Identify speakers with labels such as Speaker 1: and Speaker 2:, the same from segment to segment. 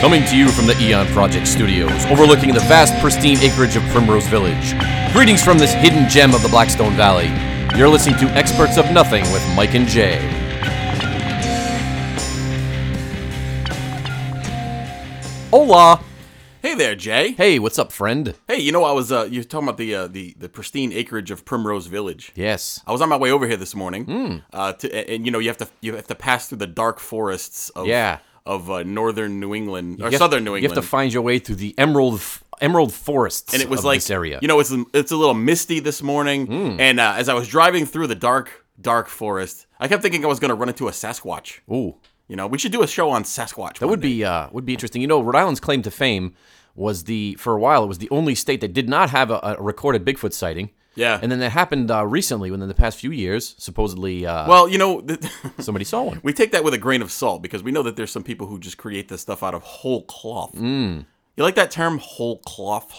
Speaker 1: Coming to you from the Eon Project studios, overlooking the vast, pristine acreage of Primrose Village. Greetings from this hidden gem of the Blackstone Valley. You're listening to Experts of Nothing with Mike and Jay. Hola!
Speaker 2: Hey there, Jay.
Speaker 1: Hey, what's up, friend?
Speaker 2: Hey, you know I was uh, you're talking about the uh, the the pristine acreage of Primrose Village.
Speaker 1: Yes.
Speaker 2: I was on my way over here this morning.
Speaker 1: Hmm.
Speaker 2: Uh, to, and, and, you know you have to you have to pass through the dark forests of
Speaker 1: Yeah.
Speaker 2: of uh, northern New England or
Speaker 1: You have-
Speaker 2: southern New England.
Speaker 1: You have to find your way through the emerald emerald forests
Speaker 2: and it was
Speaker 1: of
Speaker 2: like
Speaker 1: this area. Hmm.
Speaker 2: You know, it's it's a little misty this morning. And uh, as I was driving through the dark dark forest, I kept thinking I was going to run into a Sasquatch.
Speaker 1: Ooh.
Speaker 2: You know, we should do a show on Sasquatch.
Speaker 1: That would be uh, would be interesting. You know, Rhode Island's claim to fame was the for a while it was the only state that did not have a, a recorded Bigfoot sighting.
Speaker 2: Yeah.
Speaker 1: and then that happened uh, recently, within the past few years, supposedly uh,
Speaker 2: Well, you know, th-
Speaker 1: somebody saw one.
Speaker 2: we take that with a grain of salt because we know that there's some people who just create this stuff out of whole cloth.
Speaker 1: Mm.
Speaker 2: You like that term, whole cloth?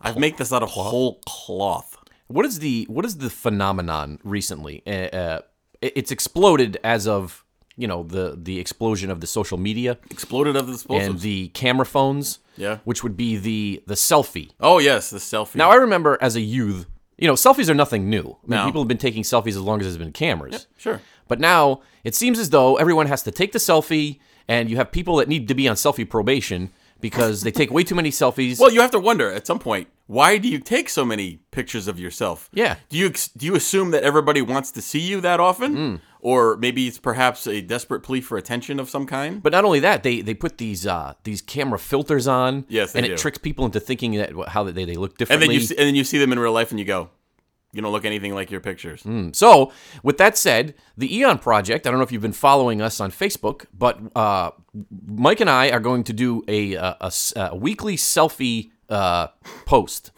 Speaker 2: I've made this out of whole cloth.
Speaker 1: What is the what is the phenomenon recently? Uh, uh, it- it's exploded as of you know the the explosion of the social media
Speaker 2: Exploded of the
Speaker 1: and
Speaker 2: explosives.
Speaker 1: the camera phones.
Speaker 2: Yeah.
Speaker 1: which would be the the selfie.
Speaker 2: oh yes, the selfie.
Speaker 1: Now I remember as a youth, you know, selfies are nothing new. I mean,
Speaker 2: No.
Speaker 1: people have been taking selfies as long as there's been cameras.
Speaker 2: sure.
Speaker 1: But now it seems as though everyone has to take the selfie, and you have people that need to be on selfie probation because they take way too many selfies.
Speaker 2: Well, you have to wonder at some point why do you take so many pictures of yourself?
Speaker 1: Yeah.
Speaker 2: Do you ex- do you assume that everybody wants to see you that often,
Speaker 1: Mm.
Speaker 2: or maybe it's perhaps a desperate plea for attention of some kind?
Speaker 1: but not only that, they they put these uh, these camera filters on,
Speaker 2: Yes, they
Speaker 1: and it
Speaker 2: do.
Speaker 1: tricks people into thinking that how they they look
Speaker 2: and
Speaker 1: differently.
Speaker 2: then you see, and then you see them in real life, and you go, you don't look anything like your pictures.
Speaker 1: Mm. So, with that said, the Eon Project, I don't know if you've been following us on Facebook, but uh, Mike and I are going to do a, uh, a s- a weekly selfie uh, post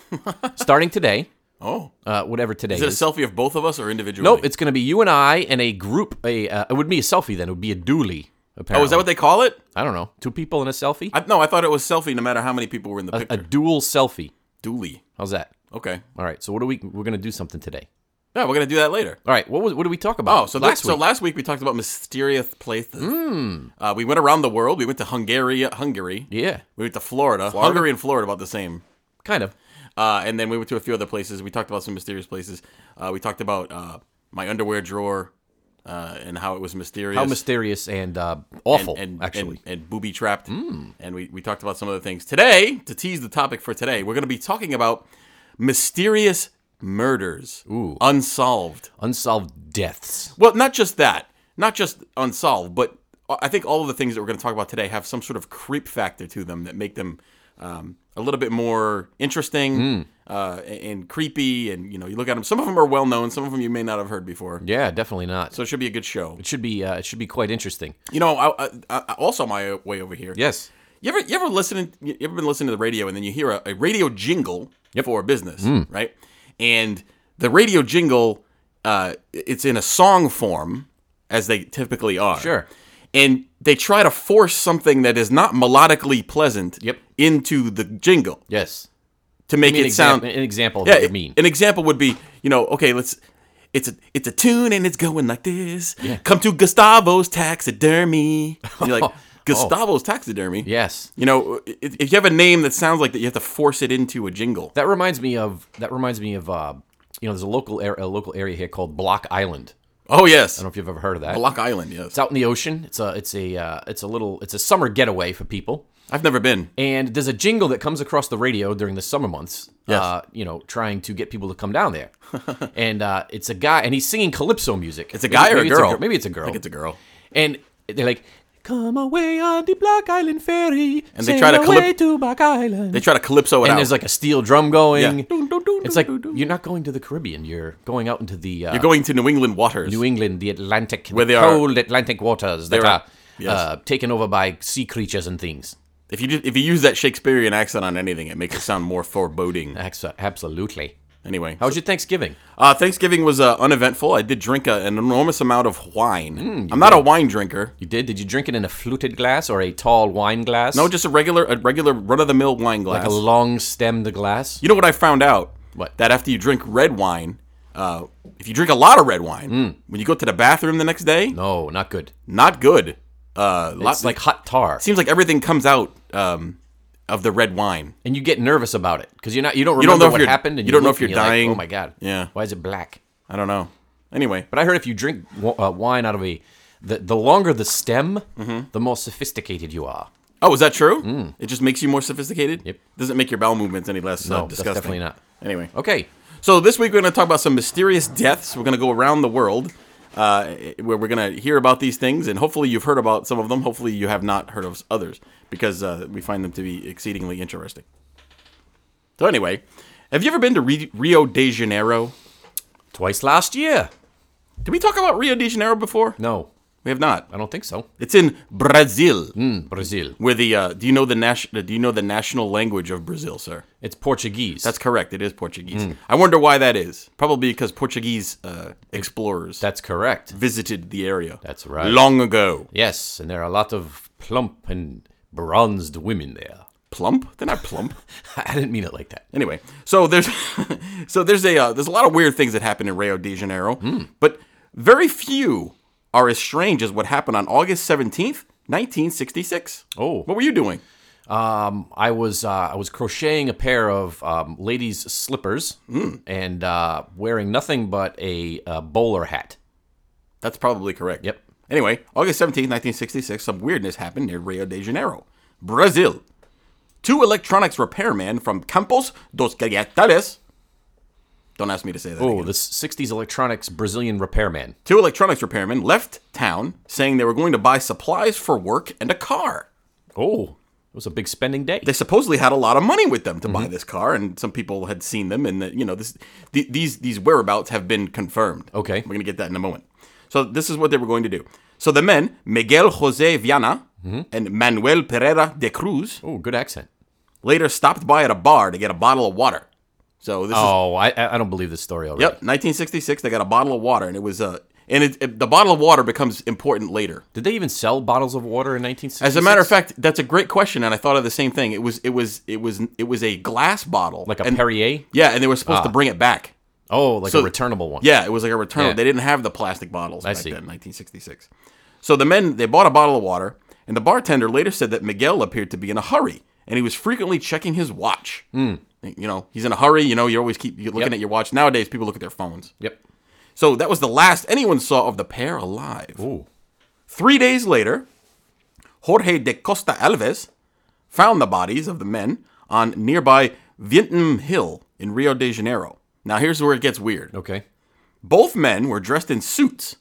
Speaker 1: starting today,
Speaker 2: Oh,
Speaker 1: uh, whatever today is.
Speaker 2: is it a selfie of both of us or individually?
Speaker 1: nope, it's going to be you and I and a group. A uh, It would be a selfie then. It would be a dooley, apparently.
Speaker 2: Oh, is that what they call it?
Speaker 1: I don't know. Two people in a selfie?
Speaker 2: I, no, I thought it was selfie. No matter how many people were in the picture,
Speaker 1: a dual selfie.
Speaker 2: dually.
Speaker 1: How's that?
Speaker 2: Okay,
Speaker 1: All right, so what are we, we're going to do something today.
Speaker 2: yeah, we're gonna do that later.
Speaker 1: All right, what, was, what did we talk about?
Speaker 2: Oh, so
Speaker 1: last week.
Speaker 2: last
Speaker 1: Hmm.
Speaker 2: so last week we talked about mysterious places. Uh, we went around the world. We went to Hungary, Hungary.
Speaker 1: yeah,
Speaker 2: We went to Florida. Hungary and Florida about the same.
Speaker 1: kind of.
Speaker 2: Uh, and then we went to a few other places. We talked about some mysterious places. Uh, we talked about uh, my underwear drawer uh, and how it was mysterious.
Speaker 1: How mysterious and uh, awful,
Speaker 2: and, and,
Speaker 1: actually. Hmm.
Speaker 2: and, and booby trapped. And we, we talked about some other things. Today, to tease the topic for today, we're going to be talking about mysterious murders.
Speaker 1: Ooh.
Speaker 2: Unsolved.
Speaker 1: unsolved deaths.
Speaker 2: Well, not just that, not just unsolved, but I think all of the things that we're going to talk about today have some sort of creep factor to them that make them um, a little bit more interesting
Speaker 1: Hmm.
Speaker 2: uh, and, and creepy. And you know, you look at them. Some of them are well known. Some of them you may not have heard before.
Speaker 1: Yeah, definitely not.
Speaker 2: So it should be a good show.
Speaker 1: it should be uh, it should be quite interesting.
Speaker 2: You know, I, I, I, also my way over here.
Speaker 1: Yes.
Speaker 2: You ever you ever listening? You ever been listening to the radio and then you hear a, a radio jingle for a business,
Speaker 1: Hmm.
Speaker 2: right? And the radio jingle, uh, it's in a song form, as they typically are.
Speaker 1: Sure.
Speaker 2: And they try to force something that is not melodically pleasant
Speaker 1: Yep.
Speaker 2: into the jingle
Speaker 1: Yes.
Speaker 2: to make
Speaker 1: Give me an,
Speaker 2: it sound.
Speaker 1: exam- an example of
Speaker 2: Yeah,
Speaker 1: what you mean.
Speaker 2: An example would be, you know, okay, let's. It's a it's a tune and it's going like this. Come to Gustavo's taxidermy. And
Speaker 1: Oh.
Speaker 2: you're like Gustavo's taxidermy.
Speaker 1: yes.
Speaker 2: You know, i- if you have a name that sounds like that, you have to force it into a jingle.
Speaker 1: That reminds me of that reminds me of uh, you know there's a local area, a local area here called Block Island.
Speaker 2: Oh yes,
Speaker 1: I don't know if you've ever heard of that.
Speaker 2: Block Island. Yes,
Speaker 1: It's out in the ocean. It's a it's a uh, it's a little it's a summer getaway for people.
Speaker 2: I've never been.
Speaker 1: And there's a jingle that comes across the radio during the summer months.
Speaker 2: Yes.
Speaker 1: Uh, you know, trying to get people to come down there. and uh, it's a guy, and he's singing calypso music.
Speaker 2: It's a guy or a girl?
Speaker 1: maybe it's a girl.
Speaker 2: I think it's a girl.
Speaker 1: and they're like, "Come away on the Block Island ferry, and
Speaker 2: they try to
Speaker 1: away
Speaker 2: calyp-
Speaker 1: to Block Island."
Speaker 2: They try to calypso it
Speaker 1: and
Speaker 2: out.
Speaker 1: there's like a steel drum going.
Speaker 2: Yeah. Dun, dun, dun,
Speaker 1: it's
Speaker 2: dun,
Speaker 1: like you're not going to the Caribbean; you're going out into the uh,
Speaker 2: You're going to New England waters.
Speaker 1: New England, the Atlantic,
Speaker 2: Where
Speaker 1: the
Speaker 2: they are-
Speaker 1: cold Atlantic waters that
Speaker 2: They're-
Speaker 1: are
Speaker 2: yes.
Speaker 1: uh, taken over by sea creatures and things.
Speaker 2: if you ju- if you use that Shakespearean accent on anything, it makes it sound more foreboding.
Speaker 1: Abso- Absolutely.
Speaker 2: Anyway,
Speaker 1: How was your Thanksgiving?
Speaker 2: uh, Thanksgiving was uh, uneventful. I did drink a, an enormous amount of wine.
Speaker 1: Mm,
Speaker 2: I'm not a wine drinker.
Speaker 1: You did? Did you drink it in a fluted glass or a tall wine glass?
Speaker 2: No, just a regular a regular run of the mill wine glass.
Speaker 1: a long-stemmed glass.
Speaker 2: You know what I found out?
Speaker 1: What?
Speaker 2: That after you drink red wine, uh, if you drink a lot of red wine,
Speaker 1: Mm.
Speaker 2: when you go to the bathroom the next day,
Speaker 1: No, not good.
Speaker 2: not good. Uh,
Speaker 1: It's
Speaker 2: lots,
Speaker 1: like hot tar.
Speaker 2: seems like everything comes out um, of the red wine.
Speaker 1: and you get nervous about it because you're not you don't
Speaker 2: don't
Speaker 1: remember
Speaker 2: know if
Speaker 1: what
Speaker 2: you're-
Speaker 1: happened and
Speaker 2: you don't know
Speaker 1: look
Speaker 2: if you're
Speaker 1: and like,
Speaker 2: dying.
Speaker 1: oh my god,
Speaker 2: Yeah.
Speaker 1: why is it black?
Speaker 2: I don't know. Anyway,
Speaker 1: But I heard if you drink w- uh, wine out of a the, the longer the stem,
Speaker 2: Mm-hmm.
Speaker 1: the more sophisticated you are.
Speaker 2: oh, is that true? It just makes you more sophisticated.
Speaker 1: Hmm. Yep.
Speaker 2: Doesn't make your bowel movements any less
Speaker 1: No,
Speaker 2: uh,
Speaker 1: that's
Speaker 2: disgusting.
Speaker 1: definitely not.
Speaker 2: Anyway,
Speaker 1: Okay,
Speaker 2: So this week we're going to talk about some mysterious deaths. We're going to go around the world uh, where we're going to hear about these things, and hopefully you've heard about some of them. Hopefully you have not heard of others because uh, we find them to be exceedingly interesting. So anyway, have you ever been to Re- Rio de Janeiro?
Speaker 1: twice last year.
Speaker 2: Did we talk about Rio de Janeiro before?
Speaker 1: No,
Speaker 2: We have not.
Speaker 1: I don't think so.
Speaker 2: It's in Hmm, Brazil,
Speaker 1: Mm, Brazil.
Speaker 2: where the uh, do you know the national do you know the national language of Brazil, sir?
Speaker 1: It's Portuguese.
Speaker 2: That's correct. It is Portuguese.
Speaker 1: Hmm.
Speaker 2: I wonder why that is. Probably because Portuguese uh, explorers.
Speaker 1: that's correct.
Speaker 2: visited the area.
Speaker 1: That's right.
Speaker 2: Long ago.
Speaker 1: Yes, and there are a lot of plump and bronzed women there.
Speaker 2: Plump? They're not plump.
Speaker 1: I didn't mean it like that.
Speaker 2: anyway, so there's so there's a uh, there's a lot of weird things that happen in Rio de Janeiro,
Speaker 1: Hmm.
Speaker 2: but very few are as strange as what happened on August 17th, 1966.
Speaker 1: Oh.
Speaker 2: What were you doing?
Speaker 1: Um, I was uh, I was crocheting a pair of um, ladies' slippers
Speaker 2: Hmm.
Speaker 1: and uh, wearing nothing but a, uh bowler hat.
Speaker 2: That's probably correct.
Speaker 1: Yep.
Speaker 2: Anyway, August 17th, 1966, some weirdness happened near Rio de Janeiro, Brazil. Two electronics repairmen from Campos dos Galletales. Don't ask me to say that.
Speaker 1: Oh,
Speaker 2: again.
Speaker 1: the '60s electronics Brazilian repairman.
Speaker 2: Two electronics repairmen left town saying they were going to buy supplies for work and a car.
Speaker 1: Oh, it was a big spending day.
Speaker 2: They supposedly had a lot of money with them to buy this car, and some people had seen them, and that you know this th- these these whereabouts have been confirmed.
Speaker 1: Okay.
Speaker 2: we're gonna get that in a moment. So this is what they were going to do. So the men Miguel Jose Viana
Speaker 1: Mm-hmm.
Speaker 2: and Manuel Pereira de Cruz
Speaker 1: oh, good accent.
Speaker 2: later stopped by at a bar to get a bottle of water. So this is
Speaker 1: Oh, I- I I don't believe this story already.
Speaker 2: Yep, 1966. They got a bottle of water, and it was uh, and it, it- the bottle of water becomes important later.
Speaker 1: Did they even sell bottles of water in 1966?
Speaker 2: As a matter of fact, that's a great question, and I thought of the same thing. It was it was it was it was a glass bottle,
Speaker 1: like a Ah.
Speaker 2: and,
Speaker 1: Perrier.
Speaker 2: Yeah, and they were supposed to bring it back.
Speaker 1: Oh, like
Speaker 2: So-
Speaker 1: a returnable one.
Speaker 2: Yeah, it was like a return.
Speaker 1: Yeah.
Speaker 2: They didn't have the plastic bottles back
Speaker 1: see.
Speaker 2: then, 1966. So the men they bought a bottle of water, and the bartender later said that Miguel appeared to be in a hurry, and he was frequently checking his watch. You know, he's in a hurry. You know, you always keep you're looking
Speaker 1: Hmm. Yep.
Speaker 2: at your watch. Nowadays, people look at their phones.
Speaker 1: Yep.
Speaker 2: So that was the last anyone saw of the pair alive.
Speaker 1: Ooh.
Speaker 2: Three days later, Jorge de Costa Alves found the bodies of the men on nearby Vietnam Hill in Rio de Janeiro. Now, here's where it gets weird.
Speaker 1: Okay.
Speaker 2: Both men were dressed in suits,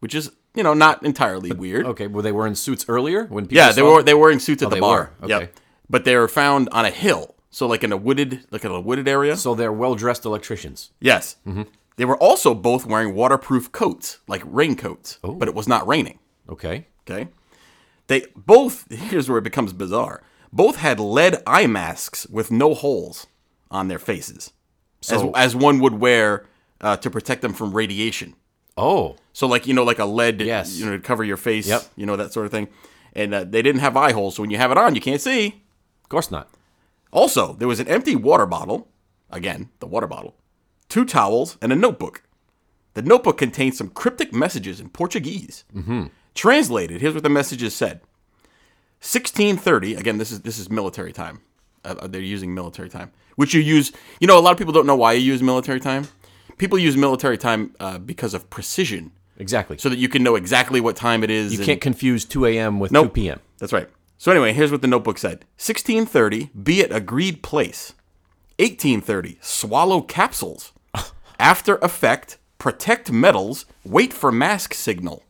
Speaker 2: which is, you know, not entirely weird.
Speaker 1: Okay. Well, they were in suits earlier when people.
Speaker 2: Yeah, they
Speaker 1: saw
Speaker 2: were
Speaker 1: them?
Speaker 2: they were wearing suits at the
Speaker 1: they
Speaker 2: bar.
Speaker 1: were,
Speaker 2: Yep.
Speaker 1: okay.
Speaker 2: But they were found on a hill, so like in a wooded, like in a wooded area.
Speaker 1: So Mm-hmm. they're well-dressed electricians.
Speaker 2: Yes. They were also both wearing waterproof coats, like raincoats,
Speaker 1: Oh.
Speaker 2: but it was not raining.
Speaker 1: Okay.
Speaker 2: Okay. They both, here's where it becomes bizarre. Both had lead eye masks with no holes on their faces,
Speaker 1: So-
Speaker 2: as, as one would wear uh, to protect them from radiation.
Speaker 1: Oh.
Speaker 2: So, like, you know, like a lead,
Speaker 1: Yes.
Speaker 2: you know, to cover your face,
Speaker 1: Yep.
Speaker 2: you know, that sort of thing. And uh, they didn't have eye holes, so when you have it on, you can't see.
Speaker 1: Of course not.
Speaker 2: Also, there was an empty water bottle, again, the water bottle, two towels, and a notebook. The notebook contained some cryptic messages in Portuguese. Mm-hmm. Translated, here's what the messages said. 1630, again, this is this is military time. Uh, they're using military time, which you use. You know, a lot of people don't know why you use military time. People use military time uh, because of precision,
Speaker 1: Exactly.
Speaker 2: so that you can know exactly what time it is.
Speaker 1: you can't confuse 2 a.m. with 2 p.m.
Speaker 2: That's right. So anyway, here's what the notebook said. 1630, be at agreed place. 1830, swallow capsules. After effect, protect metals, wait for mask signal.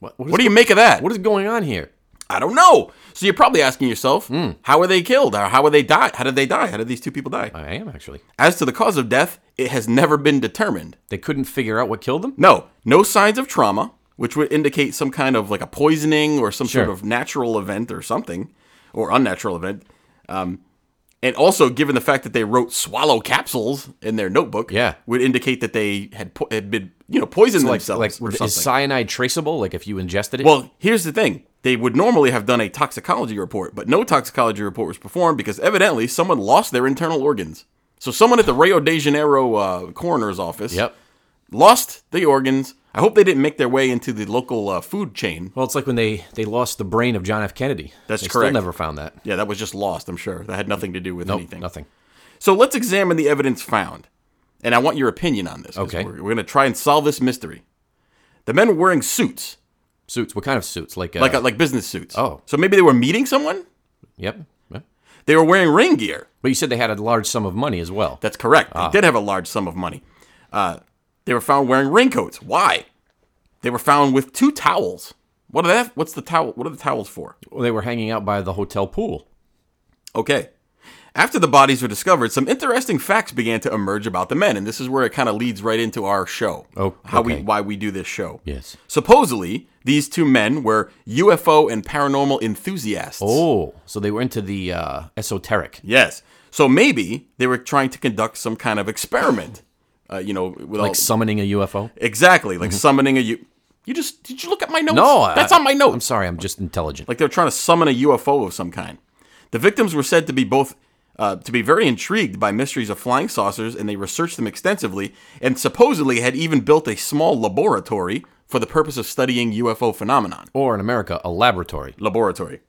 Speaker 1: What, what, is,
Speaker 2: What do you make of that?
Speaker 1: what is going on here?
Speaker 2: I don't know. So you're probably asking yourself,
Speaker 1: Hmm.
Speaker 2: how were they killed? Or how were they die? How did they die? How did these two people die?
Speaker 1: I am actually.
Speaker 2: As to the cause of death, it has never been determined.
Speaker 1: They couldn't figure out what killed them.
Speaker 2: No, no signs of trauma, which would indicate some kind of like a poisoning or some sort
Speaker 1: Sure.
Speaker 2: of natural event or something, or unnatural event. Um, and also, given the fact that they wrote swallow capsules in their notebook,
Speaker 1: Yeah.
Speaker 2: would indicate that they had, po- had been you know poisoned
Speaker 1: Like,
Speaker 2: themselves
Speaker 1: like
Speaker 2: or something.
Speaker 1: is cyanide traceable? Like if you ingested it?
Speaker 2: well, here's the thing: they would normally have done a toxicology report, but no toxicology report was performed because evidently someone lost their internal organs. So someone at the Rio de Janeiro uh, coroner's office
Speaker 1: yep.
Speaker 2: lost the organs. I hope they didn't make their way into the local uh, food chain.
Speaker 1: Well, it's like when they they lost the brain of John F. Kennedy.
Speaker 2: That's
Speaker 1: they Still
Speaker 2: correct.
Speaker 1: never found that.
Speaker 2: Yeah, that was just lost, I'm sure. That had nothing to do with
Speaker 1: Nope,
Speaker 2: anything.
Speaker 1: nothing.
Speaker 2: So let's examine the evidence found. And I want your opinion on this. 'cause
Speaker 1: Okay.
Speaker 2: We're, we're going to try and solve this mystery. The men were wearing suits,
Speaker 1: Suits. What kind of suits? Like, uh,
Speaker 2: like, uh, like business suits.
Speaker 1: Oh.
Speaker 2: So maybe they were meeting someone?
Speaker 1: yep. yep.
Speaker 2: They were wearing ring gear.
Speaker 1: But you said they had a large sum of money as well.
Speaker 2: That's correct.
Speaker 1: Ah.
Speaker 2: They did have a large sum of money. Uh, they were found wearing raincoats. Why? They were found with two towels. What are that? What's the towel? What are the towels for?
Speaker 1: Well, they were hanging out by the hotel pool.
Speaker 2: Okay. After the bodies were discovered, some interesting facts began to emerge about the men, and this is where it kind of leads right into our show.
Speaker 1: Oh,
Speaker 2: how we
Speaker 1: okay.
Speaker 2: why we do this show.
Speaker 1: Yes.
Speaker 2: Supposedly, these two men were UFO and paranormal enthusiasts.
Speaker 1: Oh, so they were into the uh, esoteric.
Speaker 2: Yes. So maybe they were trying to conduct some kind of experiment. Uh, you know, with all,
Speaker 1: Like summoning a UFO.
Speaker 2: exactly like summoning a you. You just did you look at my notes?
Speaker 1: No, I-
Speaker 2: that's on my notes.
Speaker 1: I'm sorry, I'm just intelligent.
Speaker 2: like they're trying to summon a UFO of some kind. The victims were said to be both uh, to be very intrigued by mysteries of flying saucers, and they researched them extensively, and supposedly had even built a small laboratory for the purpose of studying UFO phenomenon.
Speaker 1: or in America, a laboratory.
Speaker 2: Laboratory.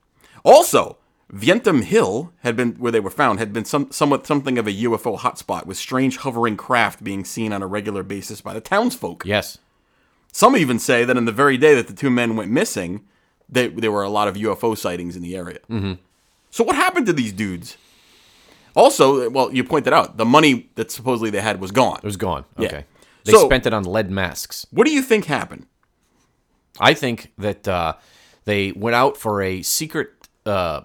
Speaker 2: Also, Vientum Hill had been where they were found had been some, somewhat something of a UFO hotspot, with strange hovering craft being seen on a regular basis by the townsfolk.
Speaker 1: Yes.
Speaker 2: Some even say that on the very day that the two men went missing, they, there were a lot of UFO sightings in the area. Mm-hmm. So what happened to these dudes? Also, well, you pointed out the money that supposedly they had was gone.
Speaker 1: It was gone. Okay. They
Speaker 2: So-
Speaker 1: spent it on lead masks.
Speaker 2: What do you think happened?
Speaker 1: I think that uh, they went out for a secret uh,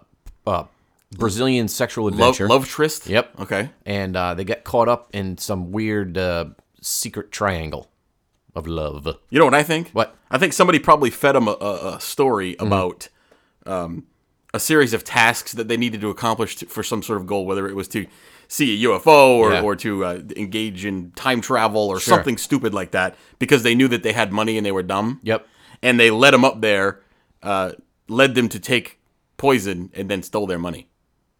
Speaker 1: uh, Brazilian sexual
Speaker 2: Love,
Speaker 1: adventure.
Speaker 2: love tryst.
Speaker 1: Yep.
Speaker 2: Okay.
Speaker 1: And uh, they got caught up in some weird uh, secret triangle of love.
Speaker 2: You know what I think?
Speaker 1: What?
Speaker 2: I think somebody probably fed them a, a, a story about um, a series of tasks that they needed to accomplish to, for some sort of goal, whether it was to see a UFO or,
Speaker 1: Yeah.
Speaker 2: or to uh, engage in time travel or something stupid like that, because they knew that they had money and they were dumb.
Speaker 1: Yep.
Speaker 2: And they led them up there, uh, led them to take poison, and then stole their money.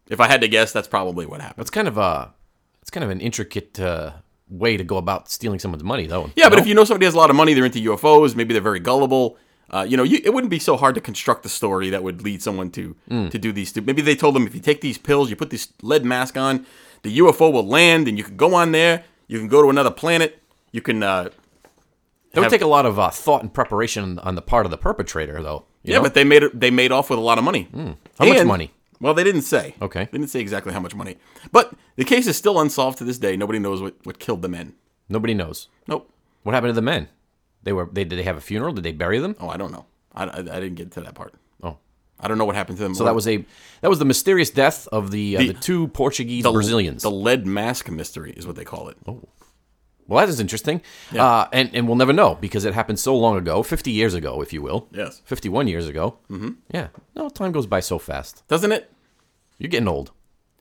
Speaker 2: If I had to guess, that's probably what happened.
Speaker 1: That's kind of a. It's kind of an intricate uh, way to go about stealing someone's money, though.
Speaker 2: Yeah, but if you know somebody has a lot of money, they're into UFOs. Maybe they're very gullible. Uh, you know, you, it wouldn't be so hard to construct a story that would lead someone to
Speaker 1: Mm.
Speaker 2: to do these. Stu- Maybe they told them if you take these pills, you put this lead mask on, the UFO will land, and you can go on there. You can go to another planet. You can. Uh,
Speaker 1: It would
Speaker 2: have-
Speaker 1: take a lot of uh, thought and preparation on the part of the perpetrator, though. you
Speaker 2: yeah,
Speaker 1: know?
Speaker 2: but they made it, they made off with a lot of money.
Speaker 1: Mm. How much
Speaker 2: And-
Speaker 1: money?
Speaker 2: Well, they didn't say.
Speaker 1: Okay.
Speaker 2: They didn't say exactly how much money. But the case is still unsolved to this day. Nobody knows what, what killed the men.
Speaker 1: Nobody knows.
Speaker 2: Nope.
Speaker 1: What happened to the men? They were. They did they have a funeral? Did they bury them?
Speaker 2: Oh, I don't know. I, I, I didn't get to that part.
Speaker 1: Oh.
Speaker 2: I don't know what happened to them.
Speaker 1: So that was a that was the mysterious death of the uh, the, two Portuguese Brazilians.
Speaker 2: The lead mask mystery is what they call it.
Speaker 1: Oh. well, that is interesting, uh, and and we'll never know because it happened so long ago, fifty years ago, if you will.
Speaker 2: Yes.
Speaker 1: fifty one years ago. Mm-hmm. Yeah, no, time goes by so fast.
Speaker 2: Doesn't it?
Speaker 1: You're getting old.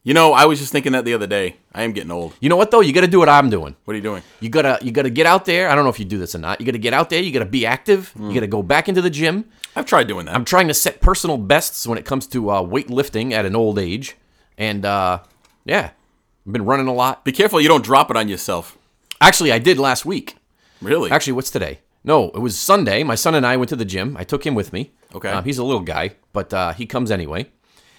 Speaker 2: You know, I was just thinking that the other day. I am getting old.
Speaker 1: You know what though? You got to do what I'm doing.
Speaker 2: What are you doing?
Speaker 1: You gotta you gotta get out there. I don't know if you do this or not. You gotta get out there. You gotta be active. You gotta go back into the gym.
Speaker 2: I've tried doing that.
Speaker 1: I'm trying to set personal bests when it comes to uh, weightlifting at an old age, and uh, yeah, I've been running a lot.
Speaker 2: Be careful you don't drop it on yourself.
Speaker 1: Actually, I did last week.
Speaker 2: Really?
Speaker 1: Actually, what's today? No, it was Sunday. My son and I went to the gym. I took him with me.
Speaker 2: Okay.
Speaker 1: Um, he's a little guy, but uh, he comes anyway.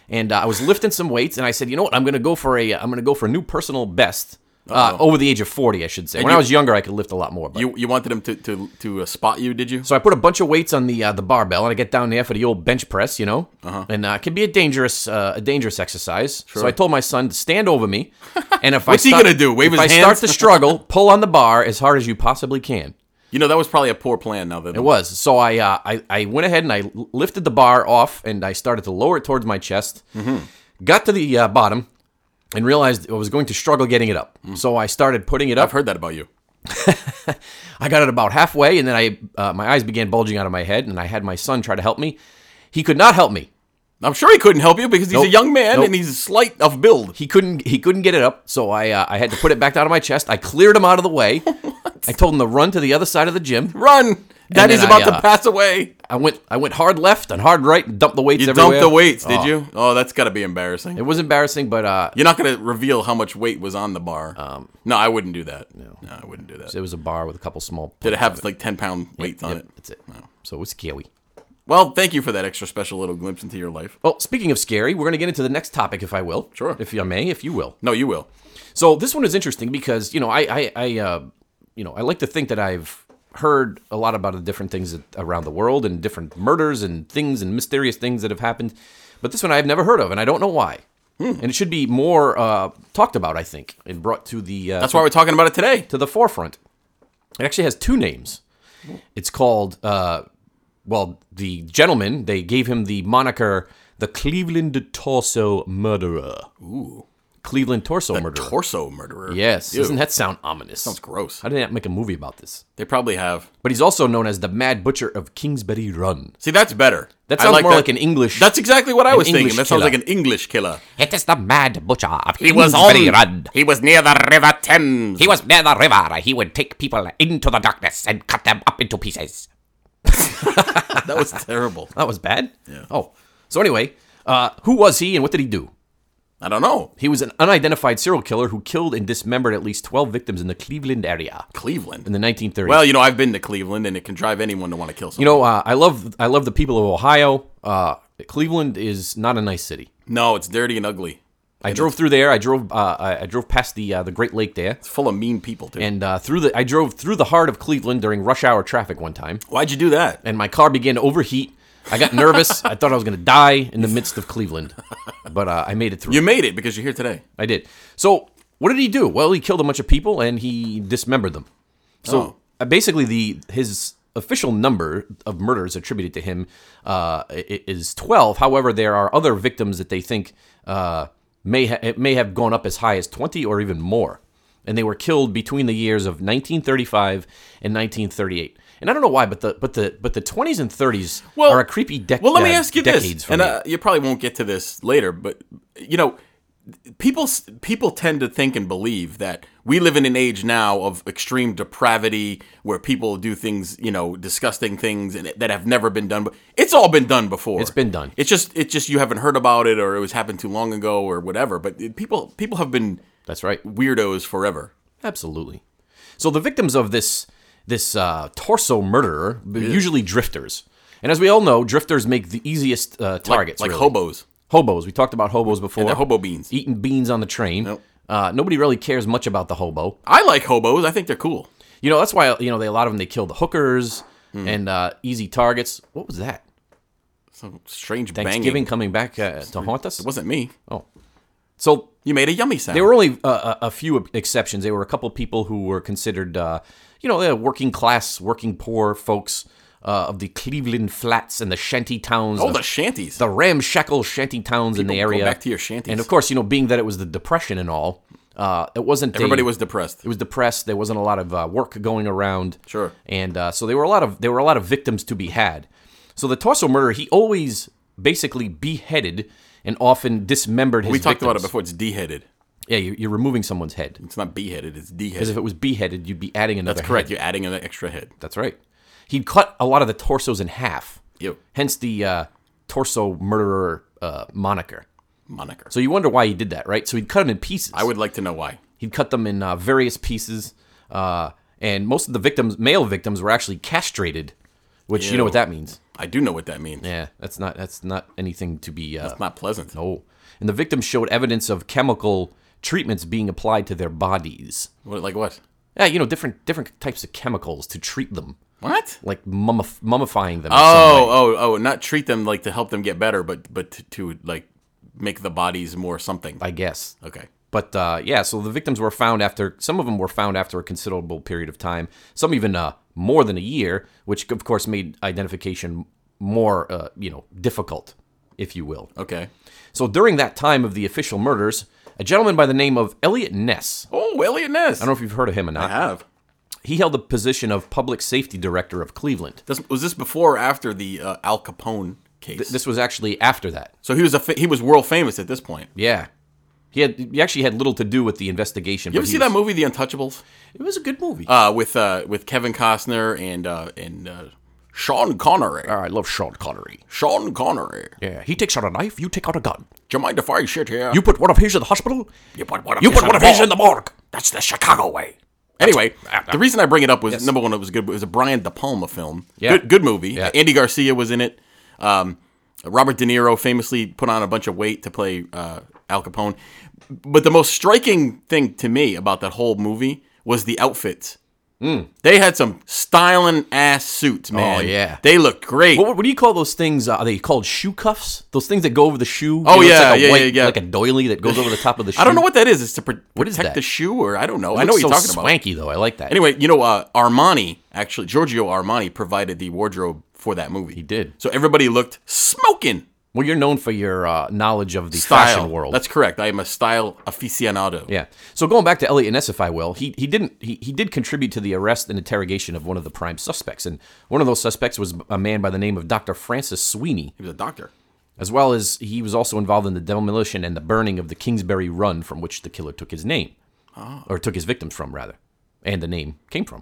Speaker 1: And uh, I was lifting some weights, and I said, you know what? I'm gonna go for a I'm gonna go for a new personal best. Uh, over the age of 40, I should say. When I
Speaker 2: you-
Speaker 1: was younger, I could lift a lot more. But.
Speaker 2: you you wanted him to to to uh, spot you, did you?
Speaker 1: So I put a bunch of weights on the uh, the barbell, and I get down there for the old bench press, you know,
Speaker 2: Uh-huh.
Speaker 1: and uh, it can be a dangerous uh, a dangerous exercise. So I told my son to stand over me, and if
Speaker 2: What's
Speaker 1: I
Speaker 2: he
Speaker 1: start,
Speaker 2: gonna do, wave
Speaker 1: if
Speaker 2: his
Speaker 1: I
Speaker 2: hands?
Speaker 1: start to struggle, pull on the bar as hard as you possibly can.
Speaker 2: You know that was probably a poor plan. Now that
Speaker 1: It was. So I, uh, I I went ahead and I l- lifted the bar off, and I started to lower it towards my chest.
Speaker 2: Mm-hmm.
Speaker 1: Got to the uh, bottom, and realized I was going to struggle getting it up.
Speaker 2: Mm.
Speaker 1: So I started putting it up.
Speaker 2: I've heard that about you.
Speaker 1: I got it about halfway, and then I uh, my eyes began bulging out of my head, and I had my son try to help me. He could not help me.
Speaker 2: I'm sure he couldn't help you because he's a
Speaker 1: Nope.
Speaker 2: young man
Speaker 1: Nope.
Speaker 2: and he's slight of build.
Speaker 1: He couldn't he couldn't get it up, so I uh, I had to put it back down on my chest. I cleared him out of the way. I told him to run to the other side of the gym.
Speaker 2: Run. That
Speaker 1: And
Speaker 2: is
Speaker 1: then
Speaker 2: about
Speaker 1: I,
Speaker 2: to
Speaker 1: uh,
Speaker 2: pass away.
Speaker 1: I went I went hard left and hard right and dumped the weights
Speaker 2: You
Speaker 1: everywhere.
Speaker 2: dumped the weights, did
Speaker 1: Oh,
Speaker 2: you? Oh, that's got to be embarrassing.
Speaker 1: It was embarrassing, but uh,
Speaker 2: You're not going to reveal how much weight was on the bar.
Speaker 1: Um,
Speaker 2: no, I wouldn't do that. No, I wouldn't do that.
Speaker 1: it was a bar with a couple small.
Speaker 2: Did it have like 10 pound weights on
Speaker 1: Yep,
Speaker 2: it?
Speaker 1: That's it. So it was scary.
Speaker 2: Well, thank you for that extra special little glimpse into your life.
Speaker 1: Well, speaking of scary, we're going to get into the next topic, if I will.
Speaker 2: Sure.
Speaker 1: If I may, if you will.
Speaker 2: No, you will.
Speaker 1: So this one is interesting because you know I I, I uh, you know I like to think that I've heard a lot about the different things that, around the world and different murders and things and mysterious things that have happened, but this one I've never heard of and I don't know why. And it should be more uh, talked about, I think, and brought to the uh,
Speaker 2: That's why we're talking about it today.
Speaker 1: to the forefront. It actually has two names. It's called, uh, well, the gentleman, they gave him the moniker the Cleveland Torso Murderer. Ooh. Cleveland Torso Murderer.
Speaker 2: Torso murderer.
Speaker 1: yes.
Speaker 2: Ew,
Speaker 1: Doesn't that sound ominous?
Speaker 2: that's gross.
Speaker 1: How did not make a movie about this?
Speaker 2: They probably have.
Speaker 1: But he's also known as the Mad Butcher of Kingsbury Run.
Speaker 2: See, that's better.
Speaker 1: That
Speaker 2: I
Speaker 1: sounds more like an English.
Speaker 2: That's exactly what I was thinking.
Speaker 1: English
Speaker 2: That sounds
Speaker 1: killer.
Speaker 2: like an English killer.
Speaker 3: It is the mad butcher of
Speaker 1: He was
Speaker 3: Kingsbury
Speaker 1: on-
Speaker 3: Run.
Speaker 2: He was near the River Thames.
Speaker 3: He was near the river. He would take people into the darkness and cut them up into pieces.
Speaker 2: that was terrible.
Speaker 1: That was bad? Yeah. Oh. So, anyway, uh, who was he and what did he do?
Speaker 2: I don't know.
Speaker 1: He was an unidentified serial killer who killed and dismembered at least 12 victims in the Cleveland area in
Speaker 2: Cleveland.
Speaker 1: the 1930s.
Speaker 2: Well, you know, I've been to Cleveland, and it can drive anyone to want to kill someone.
Speaker 1: You know, uh, I love I love the people of Ohio. Uh, Cleveland is not a nice city.
Speaker 2: no, it's dirty and ugly.
Speaker 1: I drove through there. I drove uh, I I drove past the uh, the Great Lake there,
Speaker 2: It's full of mean people too.
Speaker 1: and uh, through the I drove through the heart of Cleveland during rush hour traffic one time,
Speaker 2: Why'd you do that?
Speaker 1: and my car began to overheat. I got nervous. I thought I was going to die in the midst of Cleveland, but uh, I made it through.
Speaker 2: You made it because you're here today.
Speaker 1: I did. So what did he do? Well, he killed a bunch of people and he dismembered them. So
Speaker 2: Oh.
Speaker 1: uh, basically, the his official number of murders attributed to him uh, i- i- is twelve. However, there are other victims that they think uh, may ha- it may have gone up as high as twenty or even more, and they were killed between the years of 1935 and 1938. And I don't know why, but the but the but the 20s and 30s
Speaker 2: Well-
Speaker 1: are a creepy decade.
Speaker 2: Well, let me ask you
Speaker 1: decades
Speaker 2: this,
Speaker 1: for
Speaker 2: and
Speaker 1: me.
Speaker 2: uh, you probably won't get to this later, but you know, people people tend to think and believe that we live in an age now of extreme depravity, where people do things, you know, disgusting things, and that have never been done. But it's all been done before.
Speaker 1: It's been done.
Speaker 2: It's just it's just you haven't heard about it, or it was happened too long ago, or whatever. But it- people people have been
Speaker 1: That's right.
Speaker 2: weirdos forever.
Speaker 1: Absolutely. So the victims of this this uh, torso murderer were usually drifters, and as we all know, drifters make the easiest uh, targets.
Speaker 2: like
Speaker 1: really.
Speaker 2: hobos.
Speaker 1: hobos. We talked about hobos before.
Speaker 2: they're hobo beans.
Speaker 1: Eating beans on the train.
Speaker 2: Yep.
Speaker 1: Uh, nobody really cares much about the hobo.
Speaker 2: I like hobos. I think they're cool.
Speaker 1: You know that's why you know they, a lot of them they kill the hookers
Speaker 2: Hmm.
Speaker 1: and uh, easy targets. What was that?
Speaker 2: Some strange
Speaker 1: Thanksgiving
Speaker 2: banging.
Speaker 1: coming back uh, to haunt us.
Speaker 2: It wasn't me.
Speaker 1: So
Speaker 2: You made a yummy sound.
Speaker 1: There were only uh, a a few exceptions. There were a couple people who were considered, uh, you know, uh, working class, working poor folks uh, of the Cleveland flats and the shanty towns,
Speaker 2: oh
Speaker 1: of-
Speaker 2: the shanties.
Speaker 1: the ramshackle shanty towns in the
Speaker 2: Go
Speaker 1: area.
Speaker 2: back to your shanties.
Speaker 1: and of course, you know, being that it was the depression and all, uh, it wasn't. a-
Speaker 2: Everybody was depressed.
Speaker 1: It was depressed. There wasn't a lot of uh, work going around.
Speaker 2: Sure.
Speaker 1: And uh, so there were a lot of there were a lot of victims to be had. So the torso murderer, he always basically beheaded and often dismembered his
Speaker 2: we talked about it
Speaker 1: victims.
Speaker 2: before. It's deheaded.
Speaker 1: Yeah, you're, you're removing someone's head.
Speaker 2: It's not beheaded. It's
Speaker 1: Because
Speaker 2: deheaded.
Speaker 1: if it was beheaded, you'd be adding another.
Speaker 2: That's correct.
Speaker 1: head.
Speaker 2: You're adding an extra head.
Speaker 1: That's right. He'd cut a lot of the torsos in half.
Speaker 2: Ew.
Speaker 1: Hence the uh, torso murderer uh, moniker.
Speaker 2: Moniker.
Speaker 1: So you wonder why he did that, right? So he'd cut them in pieces.
Speaker 2: I would like to know why.
Speaker 1: He'd cut them in uh, various pieces, uh, and most of the victims, male victims, were actually castrated, which you know what
Speaker 2: Ew.
Speaker 1: that means.
Speaker 2: I do know what that means.
Speaker 1: Yeah, that's not that's not anything to be. Uh,
Speaker 2: It's not pleasant.
Speaker 1: oh, and the victims showed evidence of chemical treatments being applied to their bodies.
Speaker 2: What, like what?
Speaker 1: Yeah, you know, different different types of chemicals to treat them.
Speaker 2: What?
Speaker 1: like mummif- mummifying them. in some way.
Speaker 2: Oh, oh, oh! Not treat them like to help them get better, but but to, to like make the bodies more something.
Speaker 1: I guess.
Speaker 2: Okay.
Speaker 1: But uh, yeah, so the victims were found after some of them were found after a considerable period of time, some even uh, more than a year, which of course made identification more, uh, you know, difficult, if you will.
Speaker 2: Okay.
Speaker 1: So during that time of the official murders, a gentleman by the name of Elliot Ness. I
Speaker 2: Oh, Elliot Ness. I
Speaker 1: don't know if you've heard of him or not.
Speaker 2: have.
Speaker 1: He held the position of public safety director of Cleveland.
Speaker 2: This, was this before or after the uh, Al Capone case?
Speaker 1: This was actually after that.
Speaker 2: so he was a fa- he was world famous at this point.
Speaker 1: Yeah. He had he actually had little to do with the investigation.
Speaker 2: You ever see that movie, The Untouchables?
Speaker 1: It was a good movie.
Speaker 2: uh, with uh, with Kevin Costner and uh, and uh, Sean Connery.
Speaker 1: I love Sean Connery.
Speaker 2: Sean Connery.
Speaker 1: Yeah, he takes out a knife, you take out a gun.
Speaker 2: Do you mind if I shit here?
Speaker 1: You put one of his in the hospital,
Speaker 2: you put one of
Speaker 1: you
Speaker 2: these
Speaker 1: put one of his in the morgue. That's the Chicago way.
Speaker 2: Anyway,
Speaker 1: Ah,
Speaker 2: the reason I bring it up was number one, it was good. It was a Brian De Palma film.
Speaker 1: Yeah.
Speaker 2: Good, good movie.
Speaker 1: Yeah.
Speaker 2: Andy Garcia was in it. Um, Robert De Niro famously put on a bunch of weight to play uh, Al Capone. But the most striking thing to me about that whole movie was the outfits.
Speaker 1: Hmm.
Speaker 2: They had some styling ass suits, man.
Speaker 1: Oh, yeah.
Speaker 2: They looked great.
Speaker 1: What, what do you call those things? Uh, are they called shoe cuffs? Those things that go over the shoe?
Speaker 2: Oh,
Speaker 1: You know, it's
Speaker 2: yeah,
Speaker 1: like a
Speaker 2: yeah,
Speaker 1: white,
Speaker 2: yeah, yeah.
Speaker 1: Like a doily that goes over the top of the shoe.
Speaker 2: I don't know Hmm. what that is. It's to pro-
Speaker 1: is
Speaker 2: protect
Speaker 1: that?
Speaker 2: the shoe, or I don't know.
Speaker 1: It
Speaker 2: I know
Speaker 1: looks
Speaker 2: what you're
Speaker 1: so
Speaker 2: talking about.
Speaker 1: swanky though. I like that.
Speaker 2: Anyway, you know, uh, Armani actually, Giorgio Armani provided the wardrobe for that movie. He
Speaker 1: did.
Speaker 2: So everybody looked smoking
Speaker 1: Well, you're known for your uh, knowledge of the
Speaker 2: style.
Speaker 1: fashion world.
Speaker 2: That's correct. I am a style aficionado.
Speaker 1: yeah. So going back to Elliot Ness, if I will, he he didn't he, he did contribute to the arrest and interrogation of one of the prime suspects, and one of those suspects was a man by the name of Dr. Francis Sweeney,
Speaker 2: He was a doctor.
Speaker 1: as well as he was also involved in the demolition and the burning of the Kingsbury Run, from which the killer took his name,
Speaker 2: Ah.
Speaker 1: or took his victims from rather, and the name came from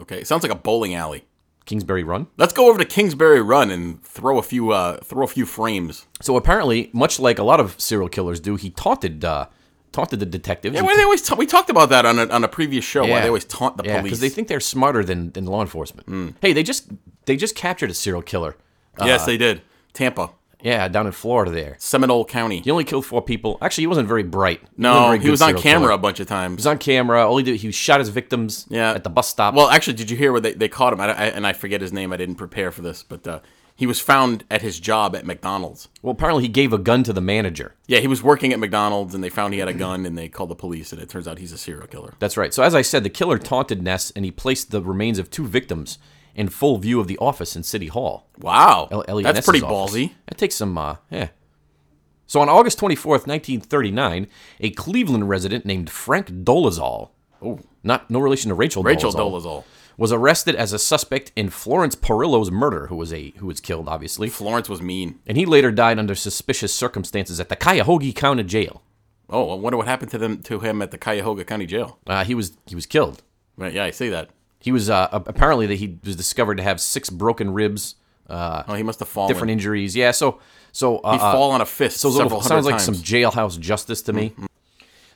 Speaker 2: Okay, sounds like a bowling alley.
Speaker 1: Kingsbury Run.
Speaker 2: Let's go over to Kingsbury Run and throw a few uh, throw a few frames.
Speaker 1: So apparently, much like a lot of serial killers do, he taunted uh, taunted the detectives.
Speaker 2: Yeah,
Speaker 1: and
Speaker 2: why do they always ta- we talked about that on a, on a previous show. Why
Speaker 1: Yeah.
Speaker 2: they always taunt the
Speaker 1: Yeah,
Speaker 2: police? Hmm.
Speaker 1: because they think they're smarter than, than law enforcement. Hey, they just they just captured a serial killer.
Speaker 2: yes, they did. Tampa,
Speaker 1: Yeah, down in Florida there.
Speaker 2: Seminole County.
Speaker 1: He only killed four people. Actually, he wasn't very bright. He wasn't a
Speaker 2: no,
Speaker 1: very
Speaker 2: he
Speaker 1: good
Speaker 2: was on
Speaker 1: serial
Speaker 2: camera
Speaker 1: killer.
Speaker 2: a bunch of times.
Speaker 1: He was on camera. All he did, he shot his victims
Speaker 2: Yeah.
Speaker 1: at the bus stop.
Speaker 2: Well, actually, did you hear where they, they caught him? I, I- and I forget his name. I didn't prepare for this, but uh, he was found at his job at McDonald's.
Speaker 1: well, apparently he gave a gun to the manager.
Speaker 2: Yeah, he was working at McDonald's, and they found he
Speaker 1: Mm-hmm.
Speaker 2: had a gun, and they called the police, and it turns out he's a serial killer.
Speaker 1: That's right. So as I said, the killer taunted Ness, and he placed the remains of two victims in full view of the office in City Hall.
Speaker 2: Wow,
Speaker 1: L- Elliot
Speaker 2: that's
Speaker 1: Ness's
Speaker 2: pretty
Speaker 1: office.
Speaker 2: ballsy.
Speaker 1: That takes some, uh, yeah. So on August 24th, 1939, a Cleveland resident named Frank Dolezal, oh, not no relation to Rachel
Speaker 2: Rachel
Speaker 1: Dolezal,
Speaker 2: Dolezal.
Speaker 1: was arrested as a suspect in Florence Perillo's murder, who was a who was killed, obviously,
Speaker 2: Florence was mean.
Speaker 1: and he later died under suspicious circumstances at the Cuyahoga County Jail.
Speaker 2: Oh, I wonder what happened to them to him at the Cuyahoga County Jail.
Speaker 1: Uh, he was he was killed.
Speaker 2: Right, yeah, I see that.
Speaker 1: He was uh, a- apparently that he was discovered to have six broken ribs,
Speaker 2: Oh, he must have fallen.
Speaker 1: Uh, different injuries. Yeah, so so uh,
Speaker 2: he fall on a fist
Speaker 1: So it's a
Speaker 2: several
Speaker 1: little, sounds
Speaker 2: hundred
Speaker 1: like
Speaker 2: times. Mm-hmm.
Speaker 1: some jailhouse justice to me.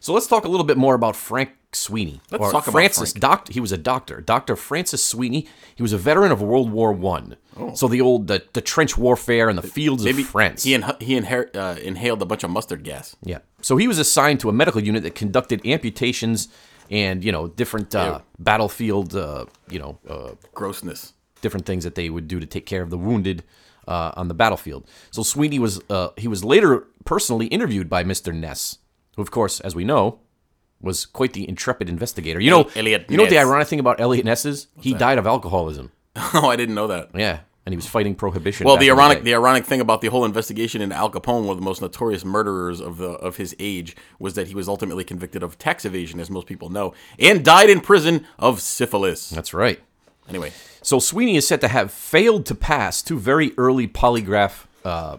Speaker 1: So let's talk a little bit more about Frank Sweeney. Let's
Speaker 2: talk about
Speaker 1: Francis.
Speaker 2: Frank.
Speaker 1: Doc, he was a doctor, Doctor Francis Sweeney. He was a veteran of World War One. So the old the, the trench warfare and the fields
Speaker 2: Oh. Maybe
Speaker 1: of France.
Speaker 2: He, inha- he inher- uh, inhaled a bunch of mustard gas.
Speaker 1: yeah. So he was assigned to a medical unit that conducted amputations and you know different uh, battlefield uh, you know uh,
Speaker 2: Grossness.
Speaker 1: different things that they would do to take care of the wounded uh, on the battlefield. So Sweeney was uh, he was later personally interviewed by Mr. Ness, who of course, as we know, was quite the intrepid investigator. You know,
Speaker 2: Elliot
Speaker 1: you know what the
Speaker 2: Ness.
Speaker 1: ironic thing about Elliot Ness is he died of alcoholism.
Speaker 2: oh, I didn't know that.
Speaker 1: Yeah, and he was fighting prohibition.
Speaker 2: Well,
Speaker 1: back
Speaker 2: the
Speaker 1: in
Speaker 2: ironic,
Speaker 1: day.
Speaker 2: the ironic thing about the whole investigation into Al Capone, one of the most notorious murderers of the of his age, was that he was ultimately convicted of tax evasion, as most people know, and died in prison of syphilis.
Speaker 1: That's right.
Speaker 2: Anyway,
Speaker 1: So Sweeney is said to have failed to pass two very early polygraph uh,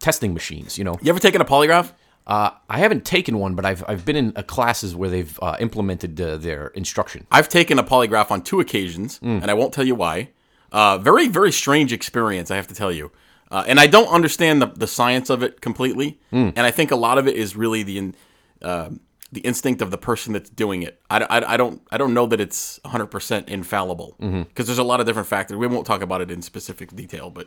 Speaker 1: testing machines. You know,
Speaker 2: you ever taken a polygraph?
Speaker 1: uh, I haven't taken one, but I've I've been in uh, classes where they've uh, implemented uh, their instruction.
Speaker 2: I've taken a polygraph on two occasions,
Speaker 1: Hmm.
Speaker 2: and I won't tell you why. Uh, very, very strange experience, I have to tell you. Uh, and I don't understand the, the science of it completely.
Speaker 1: Hmm.
Speaker 2: And I think a lot of it is really the in, uh, the instinct of the person that's doing it. I, d- I d- I don't I don't know that it's 100% infallible
Speaker 1: Mm-hmm.
Speaker 2: because there's a lot of different factors. We won't talk about it in specific detail, but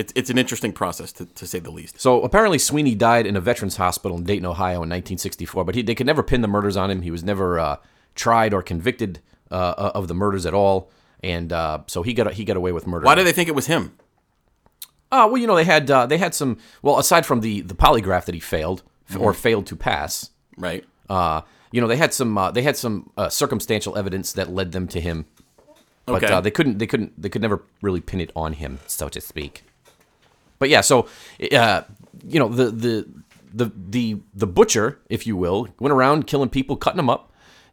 Speaker 2: it's it's an interesting process to, to say the least.
Speaker 1: So apparently Sweeney died in a veterans hospital in Dayton, Ohio, in 1964. But he, they could never pin the murders on him. He was never uh, tried or convicted uh, of the murders at all, and uh, so he got he got away with murder.
Speaker 2: Why do they think it was him?
Speaker 1: Uh, well, you know they had uh, they had some. Well, aside from the the polygraph that he failed f- or failed to pass,
Speaker 2: Right.
Speaker 1: uh, you know they had some uh, they had some uh, circumstantial evidence that led them to him. But
Speaker 2: Okay.
Speaker 1: uh, they couldn't they couldn't they could never really pin it on him, so to speak. But yeah, so uh, you know the the the the the butcher, if you will, went around killing people, cutting them up,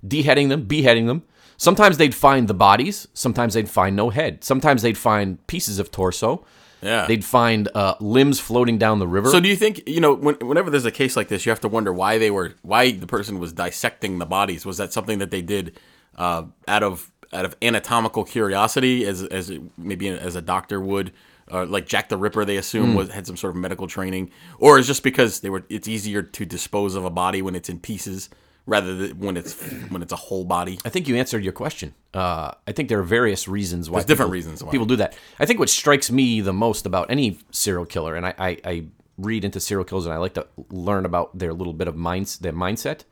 Speaker 1: deheading them, beheading them. Sometimes they'd find the bodies. Sometimes they'd find no head. Sometimes they'd find pieces of torso.
Speaker 2: Yeah.
Speaker 1: They'd find uh, limbs floating down the river.
Speaker 2: So do you think you know when, whenever there's a case like this, you have to wonder why they were why the person was dissecting the bodies? Was that something that they did uh, out of out of anatomical curiosity, as as it- maybe as a doctor would, uh, like Jack the Ripper, they assume was had some sort of medical training, or it's just because they were. It's easier to dispose of a body when it's in pieces rather than when it's when it's a whole body.
Speaker 1: I think you answered your question. Uh, I think there are various reasons why
Speaker 2: different
Speaker 1: people-
Speaker 2: reasons why.
Speaker 1: people do that. I think what strikes me the most about any serial killer, and I, I, I read into serial killers and I like to learn about their little bit of minds, their mindset,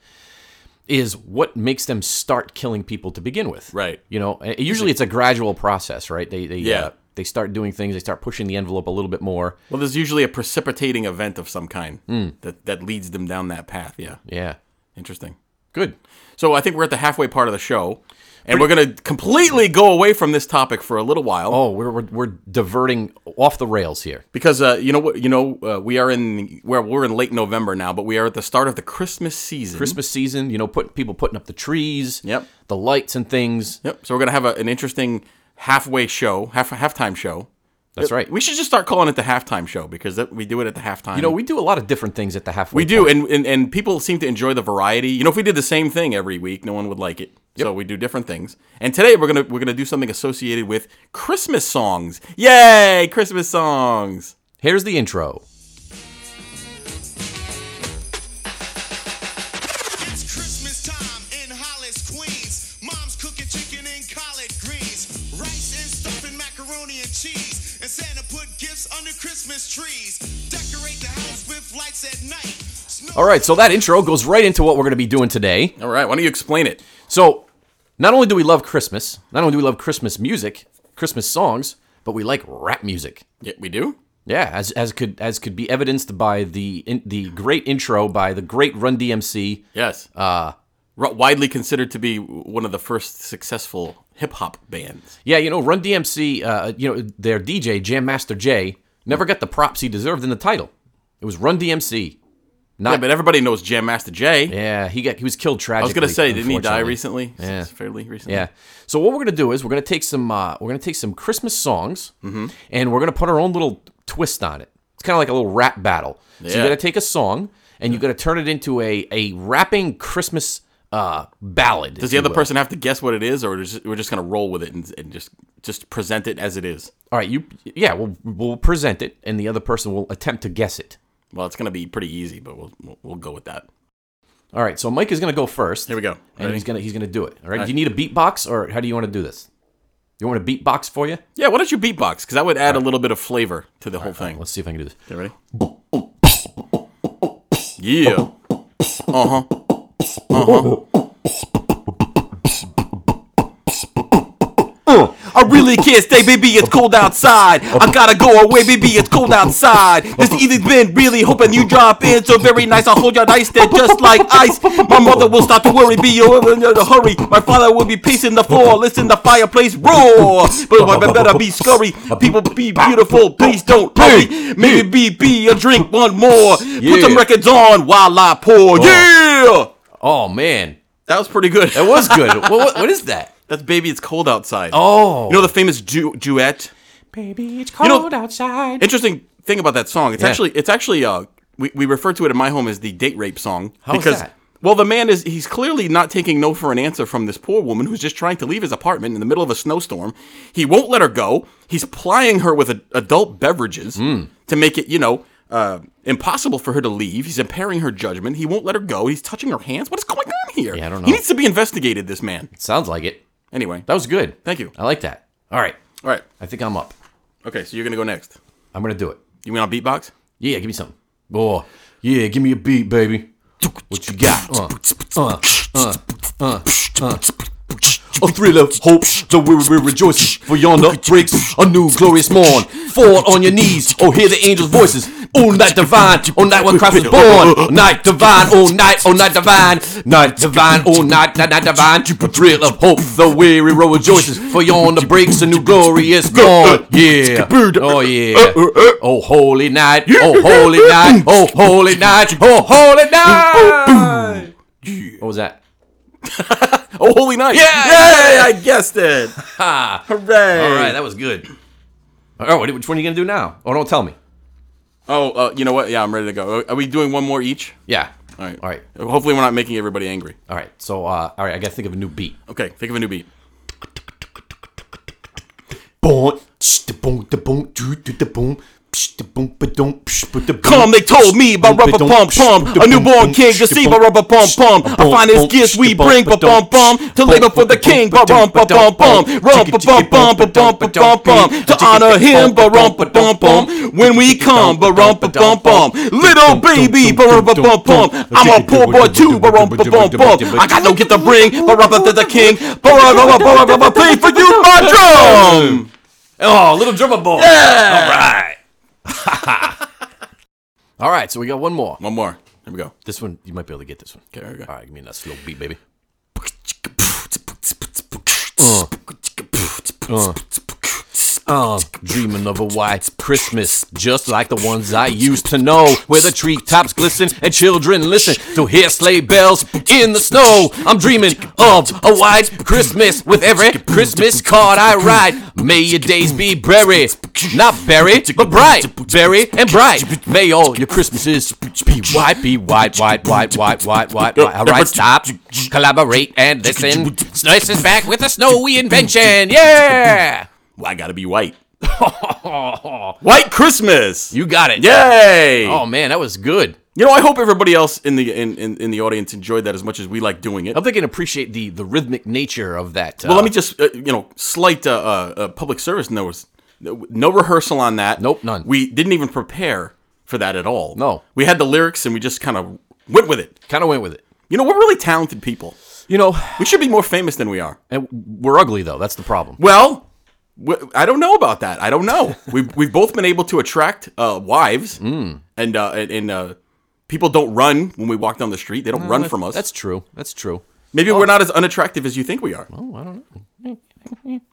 Speaker 1: is what makes them start killing people to begin with.
Speaker 2: Right.
Speaker 1: You know, uh, usually it's a gradual process, right? They, they,
Speaker 2: Yeah.
Speaker 1: uh, they start doing things, they start pushing the envelope a little bit more.
Speaker 2: Well, there's usually a precipitating event of some kind that that leads them down that path. Yeah,
Speaker 1: Yeah.
Speaker 2: interesting.
Speaker 1: Good.
Speaker 2: So I think we're at the halfway part of the show, and we're going to completely go away from this topic for a little while
Speaker 1: Oh, we're, we're, we're diverting off the rails here.
Speaker 2: because uh, you know what? You know uh, we are in well, we're in late November now, but we are at the start of the Christmas season.
Speaker 1: Christmas season, you know, put, people putting up the trees,
Speaker 2: Yep.
Speaker 1: the lights and things.
Speaker 2: Yep. So we're going to have a, an interesting halfway show, half halftime show.
Speaker 1: That's right.
Speaker 2: We should just start calling it the halftime show because that, we do it at the halftime.
Speaker 1: You know, we do a lot of different things at the halfway.
Speaker 2: we do, and, and and people seem to enjoy the variety. You know, if we did the same thing every week, no one would like it. So we do different things. And today we're gonna we're gonna do something associated with Christmas songs. Yay, Christmas songs!
Speaker 1: Here's the intro.
Speaker 4: It's Christmas time in Hollis, Queens. Mom's cooking chicken and collard greens, rice and stuffing macaroni and cheese. And Santa put gifts under Christmas trees. Decorate the house with lights at night. Snow-
Speaker 1: All right, so that intro goes right into what we're going to be doing today.
Speaker 2: All right, why don't you explain it?
Speaker 1: So, not only do we love Christmas, not only do we love Christmas music, Christmas songs, but we like rap music.
Speaker 2: Yeah, we do.
Speaker 1: Yeah, as, as could as could be evidenced by the in, the great intro by the great Run DMC.
Speaker 2: Yes. Uh, widely considered to be one of the first successful hip hop bands.
Speaker 1: Yeah, you know Run DMC. Uh, you know their DJ Jam Master Jay never got the props he deserved in the title. It was Run DMC.
Speaker 2: Yeah, but everybody knows Jam Master Jay. I
Speaker 1: Yeah, he got he was killed tragically.
Speaker 2: was gonna say, didn't he die
Speaker 1: unfortunately.
Speaker 2: recently? Yeah, fairly recently.
Speaker 1: Yeah. So what we're gonna do is we're gonna take some uh, we're gonna take some Christmas songs
Speaker 2: Mm-hmm.
Speaker 1: and we're gonna put our own little twist on it. It's kind of like a little rap battle. So you
Speaker 2: Yeah.
Speaker 1: gotta take a song and you gotta turn it into a a rapping Christmas uh, ballad.
Speaker 2: Does the other person have to guess what it is, or is we're just gonna roll with it and, and just just present it as it is?
Speaker 1: All right, you yeah, we'll we'll present it and the other person will attempt to guess it.
Speaker 2: Well, it's gonna be pretty easy, but we'll we'll, we'll go with that.
Speaker 1: All right, so Mike is gonna go first.
Speaker 2: Here we go.
Speaker 1: And
Speaker 2: Ready?
Speaker 1: he's gonna he's gonna do it. All right. Do you need a beatbox or how do you want to do this? You want a beatbox for you?
Speaker 2: Yeah, why don't you beatbox? Because that would add a little bit of flavor to the whole thing.
Speaker 1: Let's see if I can do this.
Speaker 2: You ready? Yeah. Uh huh. Uh Uh-huh. huh. I really can't stay, baby. It's cold outside. I gotta go away, baby. It's cold outside. This evening's been really hoping you drop in. So very nice. I'll hold your dice there just like ice. My mother will stop to worry. Be in a hurry. My father will be pacing the floor. Listen, the fireplace roar. But I better be scurry. People be beautiful. Please don't hurry. Maybe be be a drink one more. Put some
Speaker 1: Yeah.
Speaker 2: records on while I pour. Yeah.
Speaker 1: Oh man,
Speaker 2: That was pretty good.
Speaker 1: that was good. what, what, what is that?
Speaker 2: That's Baby It's Cold Outside.
Speaker 1: Oh.
Speaker 2: You know the famous du- duet?
Speaker 1: Baby, it's
Speaker 2: know-
Speaker 1: outside.
Speaker 2: Interesting thing about that song. It's
Speaker 1: Yeah.
Speaker 2: actually it's actually uh we, we refer to it in my home as the date rape song
Speaker 1: How's
Speaker 2: because
Speaker 1: that?
Speaker 2: well the man is he's clearly not taking no for an answer from this poor woman who's just trying to leave his apartment in the middle of a snowstorm. He won't let her go. He's plying her with a, adult beverages
Speaker 1: Hmm.
Speaker 2: to make it, you know, uh, impossible for her to leave. He's impairing her judgment. He won't let her go. He's touching her hands. What is going on here?
Speaker 1: Yeah, I don't
Speaker 2: He
Speaker 1: know.
Speaker 2: needs to be investigated, this man.
Speaker 1: Sounds like it.
Speaker 2: Anyway.
Speaker 1: That was good.
Speaker 2: Thank you.
Speaker 1: I like that. All right.
Speaker 2: All right.
Speaker 1: I think I'm up.
Speaker 2: Okay, so you're gonna go next.
Speaker 1: I'm gonna do it.
Speaker 2: You want to beatbox?
Speaker 1: Yeah, give me something. Oh, yeah, give me a beat, baby. What you got? Uh, uh, uh, uh, uh. A thrill of hope, the weary, weary rejoices. For yonder breaks a new glorious morn. Fall on your knees, oh, hear the angels' voices. Oh, night divine, oh, night when Christ was born. Night divine, oh, night, oh, night divine. Night divine, oh, night, night, night divine. A thrill of hope, the weary road rejoices. For yonder breaks a new glorious morn. Yeah. Oh, yeah. Oh, holy night. Oh, holy night. Oh, holy night. Oh, holy night. What was that?
Speaker 2: Oh, holy night!
Speaker 1: Yeah!
Speaker 2: Yay! I guessed it. Hooray!
Speaker 1: All right, that was good. All right, what- which one are you gonna do now? Oh, don't tell me.
Speaker 2: Oh, uh, you know what? Yeah, I'm ready to go. Are we doing one more each?
Speaker 1: Yeah.
Speaker 2: All right.
Speaker 1: All right.
Speaker 2: Hopefully, we're not making everybody angry.
Speaker 1: All right. So, uh, all right, I gotta think of a new beat.
Speaker 2: Okay, think of a new beat.
Speaker 1: Boom, tsh, da boom, da boom, doo, doo, da boom, psh, da boom, ba dum, psh, ba da boom.
Speaker 2: Come, they told me
Speaker 1: Boom,
Speaker 2: about
Speaker 1: ba
Speaker 2: rubber
Speaker 1: dum,
Speaker 2: pump
Speaker 1: psh,
Speaker 2: pump.
Speaker 1: da
Speaker 2: A
Speaker 1: boom,
Speaker 2: newborn
Speaker 1: boom,
Speaker 2: king
Speaker 1: psh,
Speaker 2: to
Speaker 1: da
Speaker 2: see
Speaker 1: boom,
Speaker 2: by rubber pump
Speaker 1: psh,
Speaker 2: pump.
Speaker 1: da
Speaker 2: I
Speaker 1: boom,
Speaker 2: find his
Speaker 1: boom,
Speaker 2: gifts
Speaker 1: psh,
Speaker 2: we
Speaker 1: da boom,
Speaker 2: bring,
Speaker 1: ba
Speaker 2: but bum
Speaker 1: dum,
Speaker 2: bum.
Speaker 1: psh,
Speaker 2: To
Speaker 1: ba
Speaker 2: labor
Speaker 1: dum,
Speaker 2: for
Speaker 1: ba
Speaker 2: the
Speaker 1: dum,
Speaker 2: king,
Speaker 1: ba
Speaker 2: ba
Speaker 1: dum,
Speaker 2: rum
Speaker 1: ba
Speaker 2: ba
Speaker 1: dum,
Speaker 2: bum bum.
Speaker 1: boom, chicka,
Speaker 2: Rum ba bum
Speaker 1: chicka,
Speaker 2: bum, ba
Speaker 1: boom,
Speaker 2: bum
Speaker 1: ba
Speaker 2: ba
Speaker 1: dum,
Speaker 2: bum bum.
Speaker 1: chicka,
Speaker 2: To
Speaker 1: chicka,
Speaker 2: honor him,
Speaker 1: boom,
Speaker 2: ba
Speaker 1: ba
Speaker 2: rum
Speaker 1: dum,
Speaker 2: ba
Speaker 1: ba
Speaker 2: bum
Speaker 1: dum,
Speaker 2: bum.
Speaker 1: boom,
Speaker 2: When we
Speaker 1: chicka,
Speaker 2: come,
Speaker 1: chicka,
Speaker 2: ba rum ba
Speaker 1: dum,
Speaker 2: bum bum.
Speaker 1: dum,
Speaker 2: Little
Speaker 1: dum, dum,
Speaker 2: baby,
Speaker 1: dum,
Speaker 2: ba rum ba
Speaker 1: dum, dum,
Speaker 2: bum bum. I'm a poor boy too, ba rum ba bum bum. I got no gift to bring, ba rum ba the king, ba rum ba bum ba bum. Play for you, my drum.
Speaker 1: Oh, little drummer boy. Yeah. All right. All right, so we got one more.
Speaker 2: One more. Here we go.
Speaker 1: This one, you might be able to get this one. Okay,
Speaker 2: there we go.
Speaker 1: All right, give me that slow beat, baby. Uh, dreaming of a white Christmas, just like the ones I used to know, where the treetops glisten and children listen to hear sleigh bells in the snow. I'm dreaming of a white Christmas with every Christmas card I write. May your days be berry, not berry, but bright, berry and bright. May all your Christmases be white, be white, white, white, white, white, white, white. All right, stop, collaborate and listen. Slice is back with a snowy invention. Yeah.
Speaker 2: Well, I gotta be white. white Christmas.
Speaker 1: You got it.
Speaker 2: Yay!
Speaker 1: Oh man, that was good.
Speaker 2: You know, I hope everybody else in the in, in, in the audience enjoyed that as much as we like doing it.
Speaker 1: I hope they can appreciate the the rhythmic nature of that.
Speaker 2: Well, let me just uh, you know slight uh, uh, uh, public service notice. No, no rehearsal on that.
Speaker 1: Nope, none.
Speaker 2: We didn't even prepare for that at all.
Speaker 1: No.
Speaker 2: we had the lyrics and we just kind of went with it.
Speaker 1: kind of went with it.
Speaker 2: You know, we're really talented people.
Speaker 1: You know,
Speaker 2: We should be more famous than we are.
Speaker 1: and we're ugly though. That's the problem.
Speaker 2: Well, w- I don't know about that. I don't know. we've we've both been able to attract uh, wives,
Speaker 1: Hmm.
Speaker 2: and uh, and, and uh, people don't run when we walk down the street. They don't run from us.
Speaker 1: That's true. That's true.
Speaker 2: Maybe we're not as unattractive as you think we are. Oh, I don't know.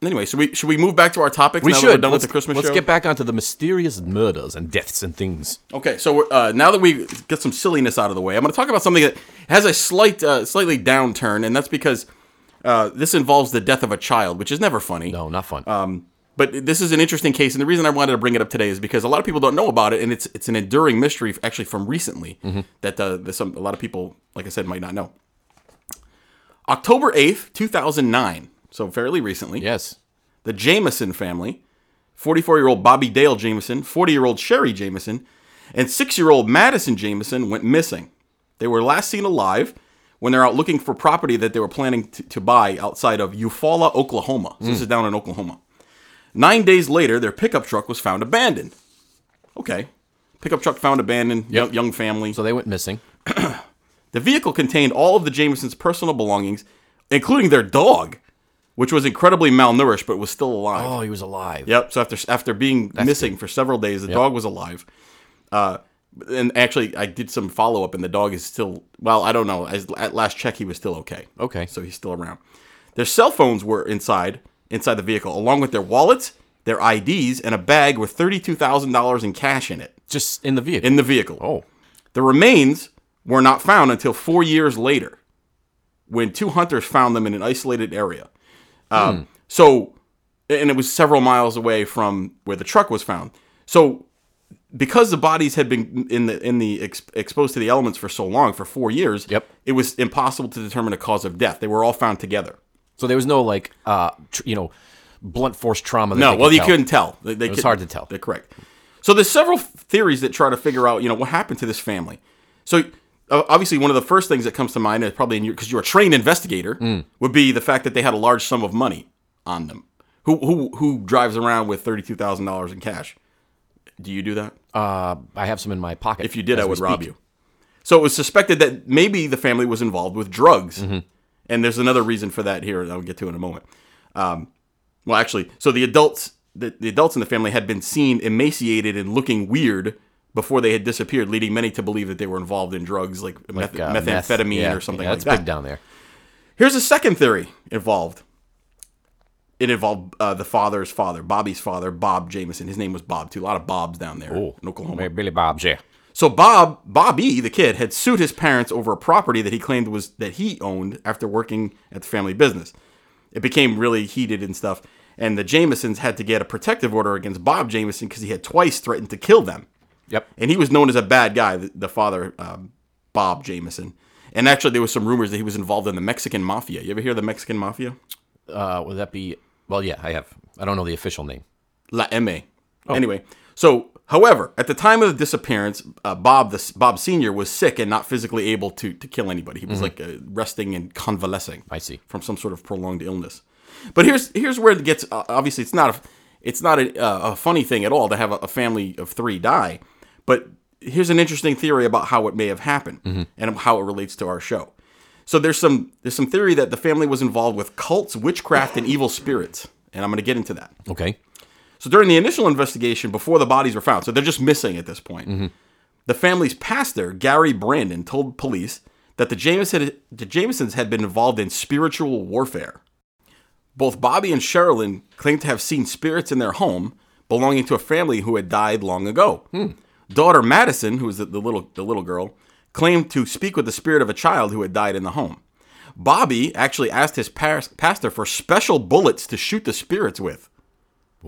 Speaker 2: anyway, should we should we move back to our topics?
Speaker 1: We
Speaker 2: now
Speaker 1: should.
Speaker 2: That we're done
Speaker 1: let's,
Speaker 2: with the Christmas
Speaker 1: let's
Speaker 2: show.
Speaker 1: get back onto the mysterious murders and deaths and things.
Speaker 2: Okay, so we're, uh, now that we get some silliness out of the way, I'm going to talk about something that has a slight, uh, slightly downturn, and that's because uh, this involves the death of a child, which is never funny.
Speaker 1: No, not fun.
Speaker 2: Um, but this is an interesting case, and the reason I wanted to bring it up today is because a lot of people don't know about it, and it's it's an enduring mystery, f- actually, from recently that uh, that some a lot of people, like I said, might not know. October eighth, two thousand nine, so fairly recently.
Speaker 1: yes.
Speaker 2: The Jameson family, 44 year old Bobby Dale Jameson, 40 year old Sherry Jameson, and 6 year old Madison Jameson went missing. They were last seen alive when they're out looking for property that they were planning to, to buy outside of Eufaula, Oklahoma. So This is down in Oklahoma. Nine days later, their pickup truck was found abandoned. Okay. Pickup truck found abandoned, young, young family.
Speaker 1: So they went missing.
Speaker 2: The vehicle contained all of the Jamesons' personal belongings, including their dog, which was incredibly malnourished but was still alive.
Speaker 1: Oh, he was alive.
Speaker 2: Yep. So after after being missing for several days, the dog was alive. Uh, and actually, I did some follow up, and the dog is still well. I don't know. As, at last check, he was still okay.
Speaker 1: Okay.
Speaker 2: So he's still around. Their cell phones were inside inside the vehicle, along with their wallets, their IDs, and a bag with thirty two thousand dollars in cash in it
Speaker 1: Just in the vehicle.
Speaker 2: in the vehicle.
Speaker 1: oh.
Speaker 2: The remains were not found until four years later when two hunters found them in an isolated area. Um, So, and it was several miles away from where the truck was found. So, because the bodies had been in the in the ex, exposed to the elements for so long, for four years,
Speaker 1: Yep.
Speaker 2: it was impossible to determine a cause of death. They were all found together.
Speaker 1: So there was no like, uh, tr- you know, blunt force trauma. That
Speaker 2: No,
Speaker 1: they
Speaker 2: well, you
Speaker 1: tell.
Speaker 2: couldn't tell. They, they
Speaker 1: was
Speaker 2: could-
Speaker 1: hard to tell.
Speaker 2: They're correct. So there's several theories that try to figure out, you know, what happened to this family. So uh, obviously, one of the first things that comes to mind, is probably in your because you're a trained investigator,
Speaker 1: Mm.
Speaker 2: would be the fact that they had a large sum of money on them. Who who who drives around with thirty two thousand dollars in cash? Do you do that?
Speaker 1: Uh, I have some in my pocket.
Speaker 2: If you did,
Speaker 1: as
Speaker 2: I
Speaker 1: we
Speaker 2: would
Speaker 1: speak.
Speaker 2: rob you. So it was suspected that maybe the family was involved with drugs.
Speaker 1: Mm-hmm.
Speaker 2: And there's another reason for that here that I'll get to in a moment. Um, well, actually, so the adults, the, the adults in the family had been seen emaciated and looking weird before they had disappeared, leading many to believe that they were involved in drugs like, meth-
Speaker 1: Uh, meth.
Speaker 2: methamphetamine
Speaker 1: Yeah,
Speaker 2: or something
Speaker 1: yeah,
Speaker 2: like
Speaker 1: that's
Speaker 2: that.
Speaker 1: big down there.
Speaker 2: Here's a second theory involved. It involved uh, the father's father, Bobby's father, Bob Jameson. His name was Bob too. A lot of Bobs down there in Oklahoma.
Speaker 3: Billy Bob's, yeah.
Speaker 2: So Bob, Bobby, the kid, had sued his parents over a property that he claimed was that he owned after working at the family business. It became really heated and stuff, and the Jamesons had to get a protective order against Bob Jameson because he had twice threatened to kill them,
Speaker 1: Yep.
Speaker 2: and he was known as a bad guy. The, the father, um, Bob Jameson, and actually there was some rumors that he was involved in the Mexican mafia. You ever hear of the Mexican mafia?
Speaker 1: Uh, would that be Well, yeah, I have. I don't know the official name.
Speaker 2: La M.
Speaker 1: Oh.
Speaker 2: Anyway, so however, at the time of the disappearance, uh, Bob the Bob Senior was sick and not physically able to to kill anybody. He was like uh, resting and convalescing.
Speaker 1: Mm-hmm. I see.
Speaker 2: from some sort of prolonged illness. But here's here's where it gets uh, obviously it's not a it's not a, uh, a funny thing at all to have a, a family of three die. But here's an interesting theory about how it may have happened
Speaker 1: Mm-hmm.
Speaker 2: and how it relates to our show. So there's some there's some theory that the family was involved with cults, witchcraft, and evil spirits, and I'm going to get into that.
Speaker 1: Okay.
Speaker 2: So during the initial investigation, before the bodies were found, so they're just missing at this point. The family's pastor, Gary Brandon, told police that the Jameson the Jamesons had been involved in spiritual warfare. Both Bobby and Sherilyn claimed to have seen spirits in their home belonging to a family who had died long ago. Daughter Madison, who was the, the little the little girl, claimed to speak with the spirit of a child who had died in the home. Bobby actually asked his pas- pastor for special bullets to shoot the spirits with.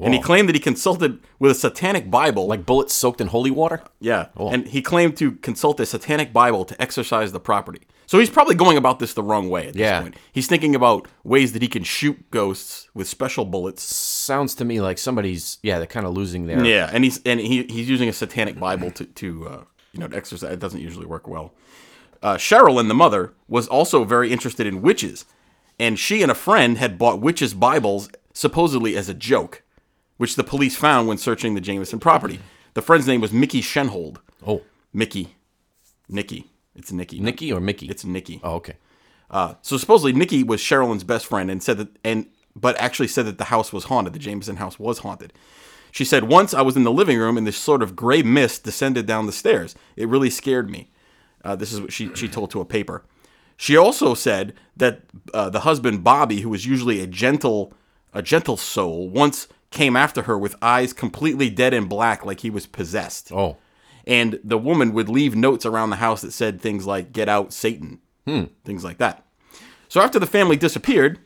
Speaker 2: And he claimed that he consulted with a satanic Bible.
Speaker 1: Like bullets soaked in holy water?
Speaker 2: yeah. And he claimed to consult a satanic Bible to exorcise the property. So he's probably going about this the wrong way at this
Speaker 1: Yeah.
Speaker 2: point. He's thinking about ways that he can shoot ghosts with special bullets.
Speaker 1: Sounds to me like somebody's, yeah, they're kind of losing their.
Speaker 2: Yeah, and he's and he, he's using a satanic Bible to to uh, you know to exercise. It doesn't usually work well. Uh, Cheryl and the mother was also very interested in witches, and she and a friend had bought witches' Bibles supposedly as a joke, which the police found when searching the Jameson property. The friend's name was Mickey Shenhold.
Speaker 1: Oh,
Speaker 2: Mickey, Nicky. It's Nicky.
Speaker 1: Nikki or Mickey?
Speaker 2: It's Nicky.
Speaker 1: Oh, okay.
Speaker 2: So supposedly Nikki was Sherilyn's best friend and said that and but actually said that the house was haunted. The Jameson house was haunted. She said, Once I was in the living room and this sort of gray mist descended down the stairs. It really scared me. Uh, this is what she, she told to a paper. She also said that uh, the husband Bobby, who was usually a gentle a gentle soul, once came after her with eyes completely dead and black like he was possessed.
Speaker 1: Oh,
Speaker 2: And the woman would leave notes around the house that said things like, Get out, Satan. Things like that. So after the family disappeared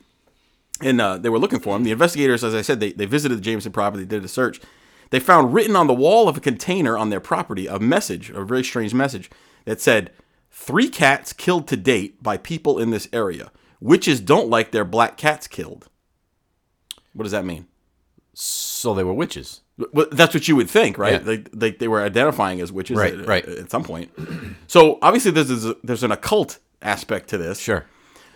Speaker 2: and uh, they were looking for him, the investigators, as I said, they, they visited the Jameson property, did a search. They found written on the wall of a container on their property a message, a very strange message, that said, Three cats killed to date by people in this area. Witches don't like their black cats killed. What does that mean?
Speaker 1: so they were witches.
Speaker 2: Well, that's what you would think, right?
Speaker 1: Yeah.
Speaker 2: Like, like they were identifying as witches
Speaker 1: Right,
Speaker 2: at,
Speaker 1: right.
Speaker 2: at some point. So obviously, there's there's- there's an occult aspect to this.
Speaker 1: Sure.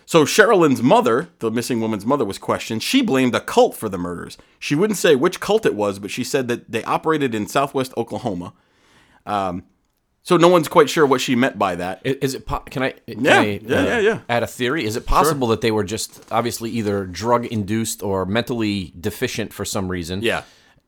Speaker 2: So Sherilyn's mother, the missing woman's mother, was questioned. She blamed a cult for the murders. She wouldn't say which cult it was, but she said that they operated in Southwest Oklahoma. Um, so no one's quite sure what she meant by that.
Speaker 1: I- Is it? Po- can I? Can
Speaker 2: Yeah,
Speaker 1: I, uh,
Speaker 2: yeah, yeah, yeah.
Speaker 1: Add a theory. Is it possible that they were just obviously either drug induced or mentally deficient for some reason?
Speaker 2: Yeah.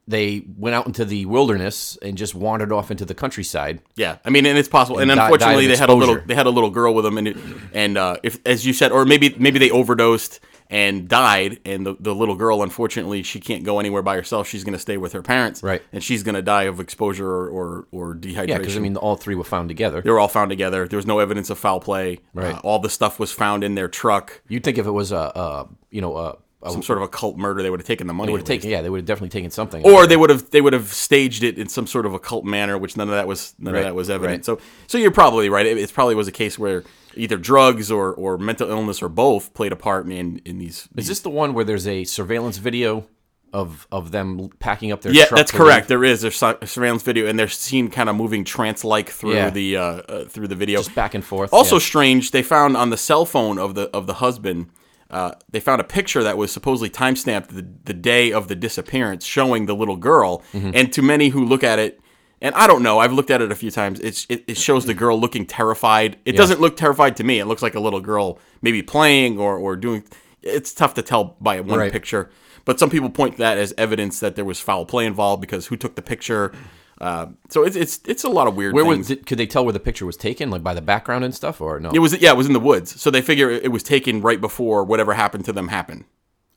Speaker 1: They went out into the wilderness and just wandered off into the countryside.
Speaker 2: Yeah, I mean, and it's possible. And,
Speaker 1: And die-
Speaker 2: unfortunately,
Speaker 1: died
Speaker 2: they
Speaker 1: of
Speaker 2: had a little
Speaker 1: exposure.
Speaker 2: they had a little girl with them, and it, and uh, if as you said, or maybe maybe they overdosed and died, and the, the little girl, unfortunately, she can't go anywhere by herself. She's going to stay with her parents,
Speaker 1: Right.
Speaker 2: And she's going to die of exposure or or, or dehydration.
Speaker 1: Yeah, because I mean, all three were found together.
Speaker 2: they were all found together. There was no evidence of foul play. Uh,
Speaker 1: Right.
Speaker 2: all the stuff was found in their truck.
Speaker 1: You'd think if it was a, a you know, a, a
Speaker 2: Some sort of a cult murder. They would have taken the money.
Speaker 1: they would have
Speaker 2: at least.
Speaker 1: taken. Yeah, they would have definitely taken something.
Speaker 2: or they would have they would have staged it in some sort of occult manner, which none of that was none
Speaker 1: Right,
Speaker 2: of that was evident.
Speaker 1: right.
Speaker 2: So so you're probably right. It, it probably was a case where either drugs or or mental illness or both played a part in in these.
Speaker 1: is this the one where there's a surveillance video of of them packing up their?
Speaker 2: yeah,
Speaker 1: truck
Speaker 2: that's
Speaker 1: to leave?
Speaker 2: correct. There is there's sur- surveillance video, and they're seen kind of moving trance like through
Speaker 1: Yeah.
Speaker 2: the uh, uh, through the video.
Speaker 1: Just back and forth.
Speaker 2: Also
Speaker 1: yeah.
Speaker 2: strange, they found on the cell phone of the of the husband. Uh, they found a picture that was supposedly timestamped the, the day of the disappearance, showing the little girl.
Speaker 1: Mm-hmm.
Speaker 2: And to many who look at it, and I don't know, I've looked at it a few times. It's it, it shows the girl looking terrified. It doesn't look terrified to me. It looks like a little girl maybe playing or or doing. It's tough to tell by one
Speaker 1: Right.
Speaker 2: picture. But some people point that as evidence that there was foul play involved because who took the picture? Uh, so it's it's it's a lot of weird.
Speaker 1: Where
Speaker 2: things.
Speaker 1: was? Did, could they tell where the picture was taken, like by the background and stuff, or no?
Speaker 2: It was yeah, it was in the woods. So they figure it it was taken right before whatever happened to them happened.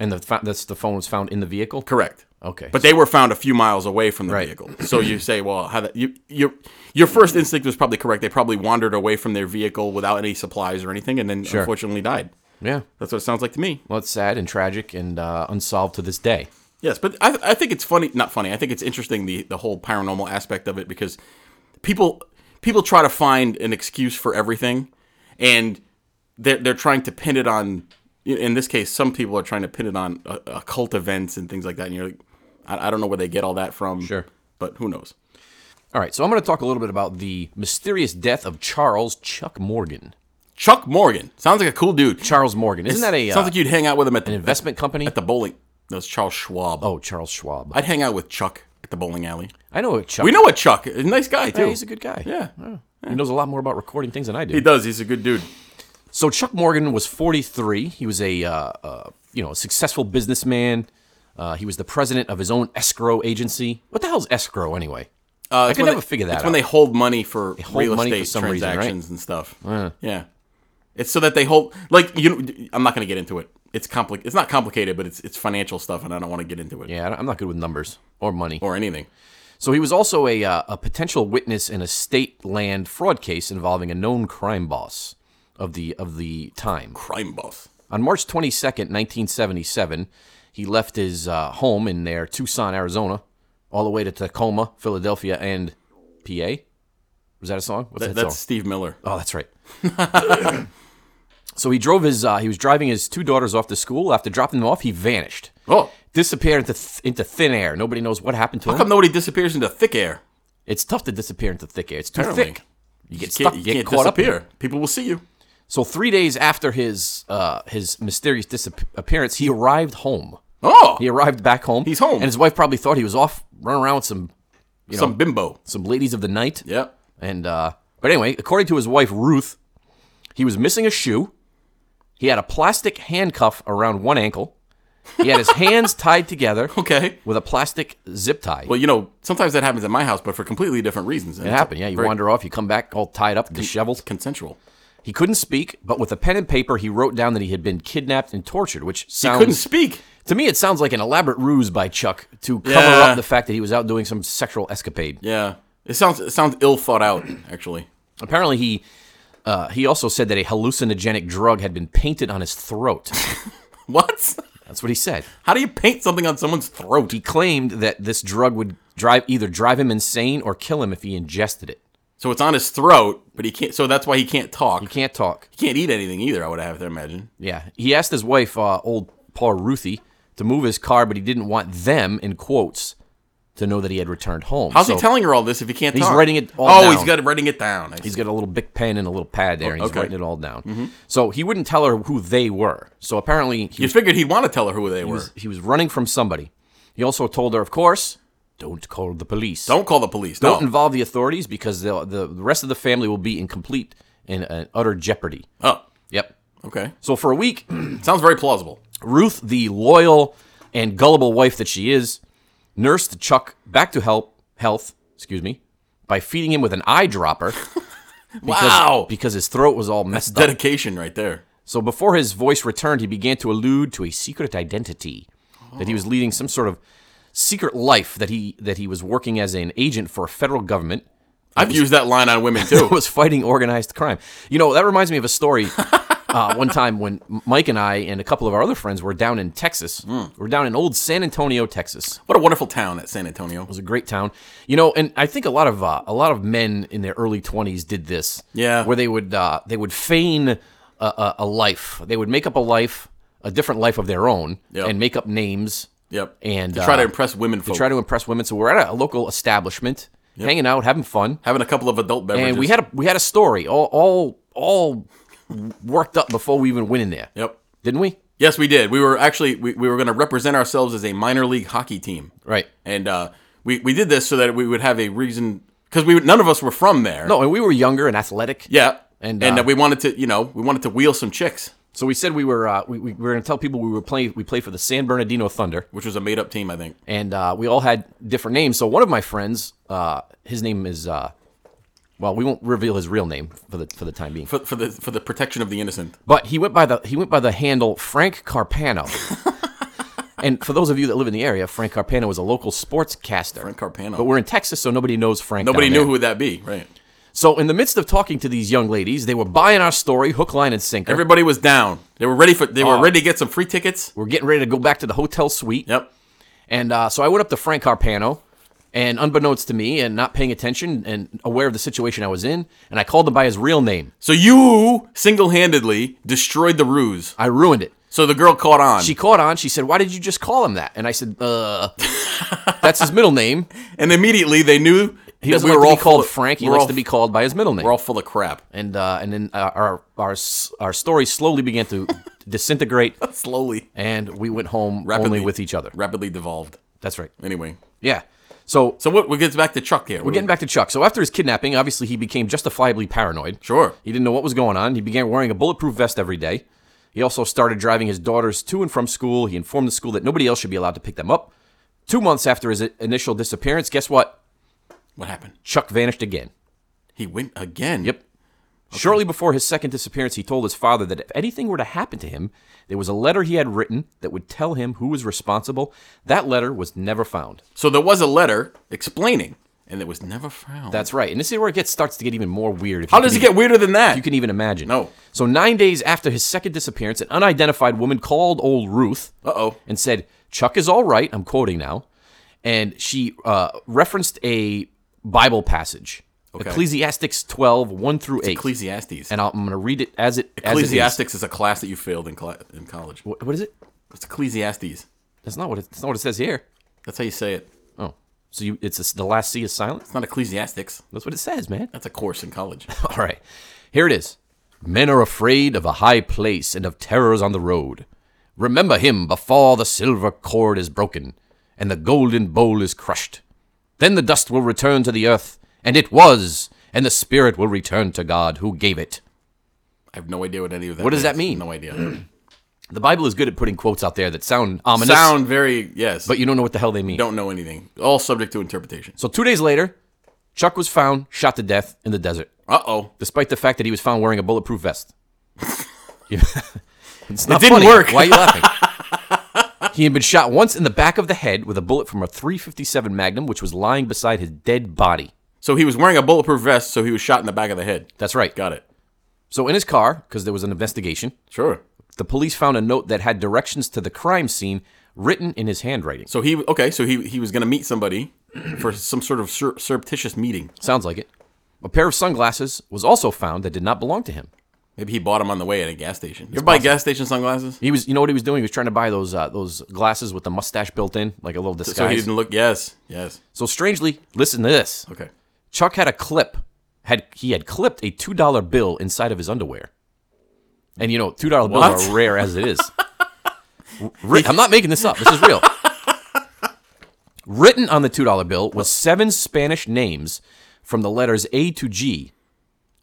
Speaker 1: and the fa- that's the phone was found in the vehicle.
Speaker 2: Correct.
Speaker 1: Okay.
Speaker 2: But they were found a few miles away from the
Speaker 1: Right.
Speaker 2: vehicle. So you say, well, how that you your your first instinct was probably correct. They probably wandered away from their vehicle without any supplies or anything, and then unfortunately died.
Speaker 1: Yeah.
Speaker 2: That's what it sounds like to me.
Speaker 1: Well, it's sad and tragic and uh, unsolved to this day.
Speaker 2: Yes, but I, I think it's funny, not funny. I think it's interesting the the whole paranormal aspect of it because people people try to find an excuse for everything, and they're they're trying to pin it on in this case, some people are trying to pin it on uh, occult events and things like that. And you're like, I, I don't know where they get all that from.
Speaker 1: Sure.
Speaker 2: But who knows?
Speaker 1: All right, so I'm going to talk a little bit about the mysterious death of Charles Chuck Morgan.
Speaker 2: Chuck Morgan. Sounds like a cool dude.
Speaker 1: Charles Morgan. Isn't that a uh,
Speaker 2: Sounds like you'd hang out with him at the
Speaker 1: investment company?
Speaker 2: At the bowling. That was Charles Schwab.
Speaker 1: oh, Charles Schwab. I,
Speaker 2: I'd hang out with Chuck at the bowling alley.
Speaker 1: know it, Chuck.
Speaker 2: We know a Chuck. A nice guy, too.
Speaker 1: Yeah, he's a good guy.
Speaker 2: Yeah.
Speaker 1: He knows a lot more about recording things than I do.
Speaker 2: He does. He's a good dude.
Speaker 1: So Chuck Morgan was 43. He was a uh, uh, you know a successful businessman. Uh, he was the president of his own escrow agency. What the hell's escrow anyway?
Speaker 2: Uh,
Speaker 1: I
Speaker 2: it's
Speaker 1: could
Speaker 2: when
Speaker 1: never
Speaker 2: they,
Speaker 1: figure that
Speaker 2: It's
Speaker 1: out.
Speaker 2: when they hold money for
Speaker 1: hold
Speaker 2: real
Speaker 1: money for
Speaker 2: estate
Speaker 1: some reason, right?
Speaker 2: transactions and stuff. Yeah. It's so that they hold like you. know, I'm not going to get into it. It's compli- It's not complicated, but it's it's financial stuff, and I don't want to get into it
Speaker 1: yeah, I don't- I'm not good with numbers or money.
Speaker 2: or anything.
Speaker 1: So he was also a, uh, a potential witness in a state land fraud case involving a known crime boss of the of the time.
Speaker 2: Crime boss.
Speaker 1: On March 22nd, 1977, he left his uh, home in there, Tucson, Arizona, all the way to Tacoma, Philadelphia, and PA. Was that a song? What's
Speaker 2: That,
Speaker 1: that
Speaker 2: that's
Speaker 1: song?
Speaker 2: Steve Miller.
Speaker 1: Oh, that's right. so he drove his. Uh, he was driving his two daughters off to school. After dropping them off, he vanished,
Speaker 2: Oh,
Speaker 1: disappeared into th- into thin air. Nobody knows what happened to
Speaker 2: how
Speaker 1: him.
Speaker 2: come nobody disappears into thick air?
Speaker 1: It's tough to disappear into thick air. It's too
Speaker 2: Apparently.
Speaker 1: thick. You get
Speaker 2: Can't-
Speaker 1: stuck.
Speaker 2: you
Speaker 1: get
Speaker 2: can't
Speaker 1: caught up.
Speaker 2: disappear.
Speaker 1: in it.
Speaker 2: People will see you.
Speaker 1: So three days after his uh, his mysterious disappearance, he arrived home.
Speaker 2: Oh,
Speaker 1: He arrived back home.
Speaker 2: He's home.
Speaker 1: and his wife probably thought he was off running around with some
Speaker 2: some bimbo.
Speaker 1: some ladies of the night.
Speaker 2: Yep.
Speaker 1: And uh, but anyway, according to his wife Ruth, he was missing a shoe. He had a plastic handcuff around one ankle. He had his hands tied together
Speaker 2: Okay.
Speaker 1: with a plastic zip tie.
Speaker 2: Well, you know, sometimes that happens at my house, but for completely different reasons.
Speaker 1: it happened. Yeah, you wander off, you come back all tied up, disheveled.
Speaker 2: Consensual.
Speaker 1: He couldn't speak, but with a pen and paper, he wrote down that he had been kidnapped and tortured, which sounds
Speaker 2: Couldn't speak.
Speaker 1: to me it sounds like an elaborate ruse by Chuck to cover
Speaker 2: Yeah.
Speaker 1: up the fact that he was out doing some sexual escapade.
Speaker 2: Yeah. It sounds it sounds ill thought out actually.
Speaker 1: Apparently, he uh, he also said that a hallucinogenic drug had been painted on his throat.
Speaker 2: What?
Speaker 1: That's what he said.
Speaker 2: How do you paint something on someone's throat?
Speaker 1: He claimed that this drug would drive either drive him insane or kill him if he ingested it.
Speaker 2: So it's on his throat, but he can't. So that's why he can't talk. He
Speaker 1: He can't talk.
Speaker 2: can't eat anything either. I would have to imagine.
Speaker 1: Yeah, he asked his wife, uh, old Paul Ruthie, to move his car, but he didn't want them in quotes to know that he had returned home.
Speaker 2: How's
Speaker 1: So
Speaker 2: he telling her all this if he can't
Speaker 1: He's
Speaker 2: talk?
Speaker 1: writing it all
Speaker 2: Oh,
Speaker 1: down.
Speaker 2: he's got it writing it down. I
Speaker 1: He's
Speaker 2: see.
Speaker 1: got a little big pen and a little pad there, and he's
Speaker 2: okay. Mm-hmm.
Speaker 1: writing it all down. So he wouldn't tell her who they were. So apparently, he
Speaker 2: you
Speaker 1: was,
Speaker 2: figured he'd want to tell her who they were.
Speaker 1: he was running from somebody. He also told her, of course, don't call the police.
Speaker 2: Don't call the police.
Speaker 1: don't
Speaker 2: no.
Speaker 1: involve the authorities because the the the rest of the family will be in complete and uh, utter jeopardy.
Speaker 2: Oh,
Speaker 1: Yep.
Speaker 2: okay.
Speaker 1: So for a week,
Speaker 2: Sounds very plausible.
Speaker 1: Ruth, the loyal and gullible wife that she is, nursed Chuck back to help health. Excuse me, by feeding him with an eyedropper. because,
Speaker 2: wow.
Speaker 1: Because his throat was all messed up.
Speaker 2: Dedication right there.
Speaker 1: So before his voice returned, he began to allude to a secret identity that he was leading some sort of secret life that he that he was working as an agent for a federal government
Speaker 2: I've used that line on women too.
Speaker 1: was fighting organized crime. You know, that reminds me of a story. Uh, one time when Mike and I and a couple of our other friends were down in Texas, we're down in old San Antonio, Texas. It
Speaker 2: what a wonderful town that San Antonio.
Speaker 1: was a great town, you know. And I think a lot of uh, a lot of men in their early twenties did this.
Speaker 2: Yeah.
Speaker 1: where they would uh, they would feign a, a, a life. They would make up a life, a different life of their own,
Speaker 2: Yep.
Speaker 1: and make up names.
Speaker 2: Yep.
Speaker 1: And,
Speaker 2: to try to
Speaker 1: uh,
Speaker 2: impress women
Speaker 1: To
Speaker 2: folk.
Speaker 1: try to impress women. So we're at a local establishment, hanging out, having fun.
Speaker 2: having a couple of adult beverages.
Speaker 1: and we had a we had a story all all all worked up before we even went in there.
Speaker 2: Yep.
Speaker 1: Didn't we?
Speaker 2: Yes, we did. We were actually we, we were going to represent ourselves as a minor league hockey team.
Speaker 1: Right.
Speaker 2: And uh, we we did this so that we would have a reason because we none of us were from there.
Speaker 1: No, and we were younger and athletic.
Speaker 2: Yeah.
Speaker 1: And,
Speaker 2: And
Speaker 1: uh,
Speaker 2: and uh, we wanted to you know we wanted to wheel some chicks,
Speaker 1: So we said we were uh, we, we were going to tell people we were playing we played for the San Bernardino Thunder,
Speaker 2: which was a made up team, I think.
Speaker 1: and uh, we all had different names. So one of my friends, uh, his name is uh, well, we won't reveal his real name for the for the time being.
Speaker 2: For, for the for the protection of the innocent.
Speaker 1: But he went by the he went by the handle Frank Carpano. And for those of you that live in the area, Frank Carpano is a local sportscaster.
Speaker 2: Frank Carpano.
Speaker 1: But we're in Texas, so nobody knows Frank.
Speaker 2: Nobody
Speaker 1: down
Speaker 2: knew
Speaker 1: there.
Speaker 2: who would that be, right?
Speaker 1: So, in the midst of talking to these young ladies, they were buying our story, hook, line, and sinker.
Speaker 2: Everybody was down. They were ready for they were
Speaker 1: Oh.
Speaker 2: ready to get some free tickets.
Speaker 1: we're getting ready to go back to the hotel suite.
Speaker 2: Yep.
Speaker 1: And uh, so I went up to Frank Carpano, and unbeknownst to me, and not paying attention and aware of the situation I was in, and I called him by his real name.
Speaker 2: So you single handedly destroyed the ruse.
Speaker 1: I ruined it.
Speaker 2: So the girl caught on.
Speaker 1: She caught on. She said, "Why did you just call him that?" And I said, "Uh, that's his middle name.
Speaker 2: and immediately they knew
Speaker 1: He
Speaker 2: that
Speaker 1: doesn't
Speaker 2: we
Speaker 1: like
Speaker 2: were
Speaker 1: to
Speaker 2: all
Speaker 1: be called
Speaker 2: full of-
Speaker 1: Frank. He
Speaker 2: we're
Speaker 1: likes
Speaker 2: all
Speaker 1: to be
Speaker 2: f-
Speaker 1: called by his middle name."
Speaker 2: We're all full of crap.
Speaker 1: and uh, and then uh, our our s- our story slowly began to disintegrate,
Speaker 2: Slowly,
Speaker 1: and we went home only
Speaker 2: rapidly
Speaker 1: with each other.
Speaker 2: Rapidly devolved.
Speaker 1: That's right.
Speaker 2: Anyway,
Speaker 1: Yeah. So
Speaker 2: so what? We get back to Chuck here.
Speaker 1: we're getting back to Chuck. So after his kidnapping, obviously he became justifiably paranoid.
Speaker 2: Sure.
Speaker 1: He didn't know what was going on. He began wearing a bulletproof vest every day. He also started driving his daughters to and from school. He informed the school that nobody else should be allowed to pick them up. Two months after his i- initial disappearance, guess what?
Speaker 2: What happened?
Speaker 1: Chuck vanished again.
Speaker 2: He went again.
Speaker 1: Yep. Shortly before his second disappearance, he told his father that if anything were to happen to him, there was a letter he had written that would tell him who was responsible. That letter was never found.
Speaker 2: So there was a letter explaining, and it was never found.
Speaker 1: That's right. And this is where it gets starts to get even more weird. if
Speaker 2: how
Speaker 1: you
Speaker 2: does
Speaker 1: can
Speaker 2: it get weirder than that?
Speaker 1: you can even imagine.
Speaker 2: No.
Speaker 1: So nine days after his second disappearance, an unidentified woman called old Ruth.
Speaker 2: Uh-oh.
Speaker 1: And said, "Chuck is all right." I'm quoting now, and she uh, referenced a Bible passage,
Speaker 2: Okay.
Speaker 1: Ecclesiastics 12, 1 through eight.
Speaker 2: Ecclesiastes.
Speaker 1: and I'll, I'm going to read it as it as it is.
Speaker 2: Ecclesiastics is. a class that you failed in, cla in college.
Speaker 1: Wh- What is it?
Speaker 2: It's Ecclesiastes.
Speaker 1: That's not what it, that's not what it says here.
Speaker 2: That's how you say it.
Speaker 1: Oh, so you it's the last C is silent.
Speaker 2: It's not Ecclesiastics.
Speaker 1: That's what it says, man.
Speaker 2: That's a course in college.
Speaker 1: All right. Here it is. Men are afraid of a high place and of terrors on the road. Remember him before the silver cord is broken and the golden bowl is crushed. Then the dust will return to the earth, and it was, and the spirit will return to God who gave it.
Speaker 2: I have no idea what any of that.
Speaker 1: What does that mean?
Speaker 2: means. No idea.
Speaker 1: The Bible is good at putting quotes out there that sound ominous,
Speaker 2: Sound very yes,
Speaker 1: but you don't know what the hell they mean.
Speaker 2: don't know anything. All subject to interpretation.
Speaker 1: So two days later, Chuck was found shot to death in the desert,
Speaker 2: Uh oh.
Speaker 1: despite the fact that he was found wearing a bulletproof vest. it's not
Speaker 2: didn't
Speaker 1: funny.
Speaker 2: work.
Speaker 1: Why are you laughing? He had been shot once in the back of the head with a bullet from a 357 Magnum, which was lying beside his dead body.
Speaker 2: So he was wearing a bulletproof vest, so he was shot in the back of the head.
Speaker 1: That's right.
Speaker 2: Got it.
Speaker 1: So in his car, because there was an investigation,
Speaker 2: Sure.
Speaker 1: the police found a note that had directions to the crime scene written in his handwriting.
Speaker 2: So he okay. So he he was gonna meet somebody for some sort of sur- surreptitious meeting.
Speaker 1: Sounds like it. A pair of sunglasses was also found that did not belong to him.
Speaker 2: Maybe he bought them on the way at a gas station. You ever buy gas station sunglasses?
Speaker 1: He was, you know what he was doing? He was trying to buy those uh, those glasses with the mustache built in, like a little disguise.
Speaker 2: So he didn't look. Yes. Yes.
Speaker 1: So strangely, listen to this.
Speaker 2: Okay.
Speaker 1: Chuck had a clip. Had he had clipped a two dollar bill inside of his underwear. And you know, two dollar bills
Speaker 2: What?
Speaker 1: are rare as it is. Writ- I'm not making this up. This is real. Written on the two dollar bill was seven Spanish names from the letters A to G,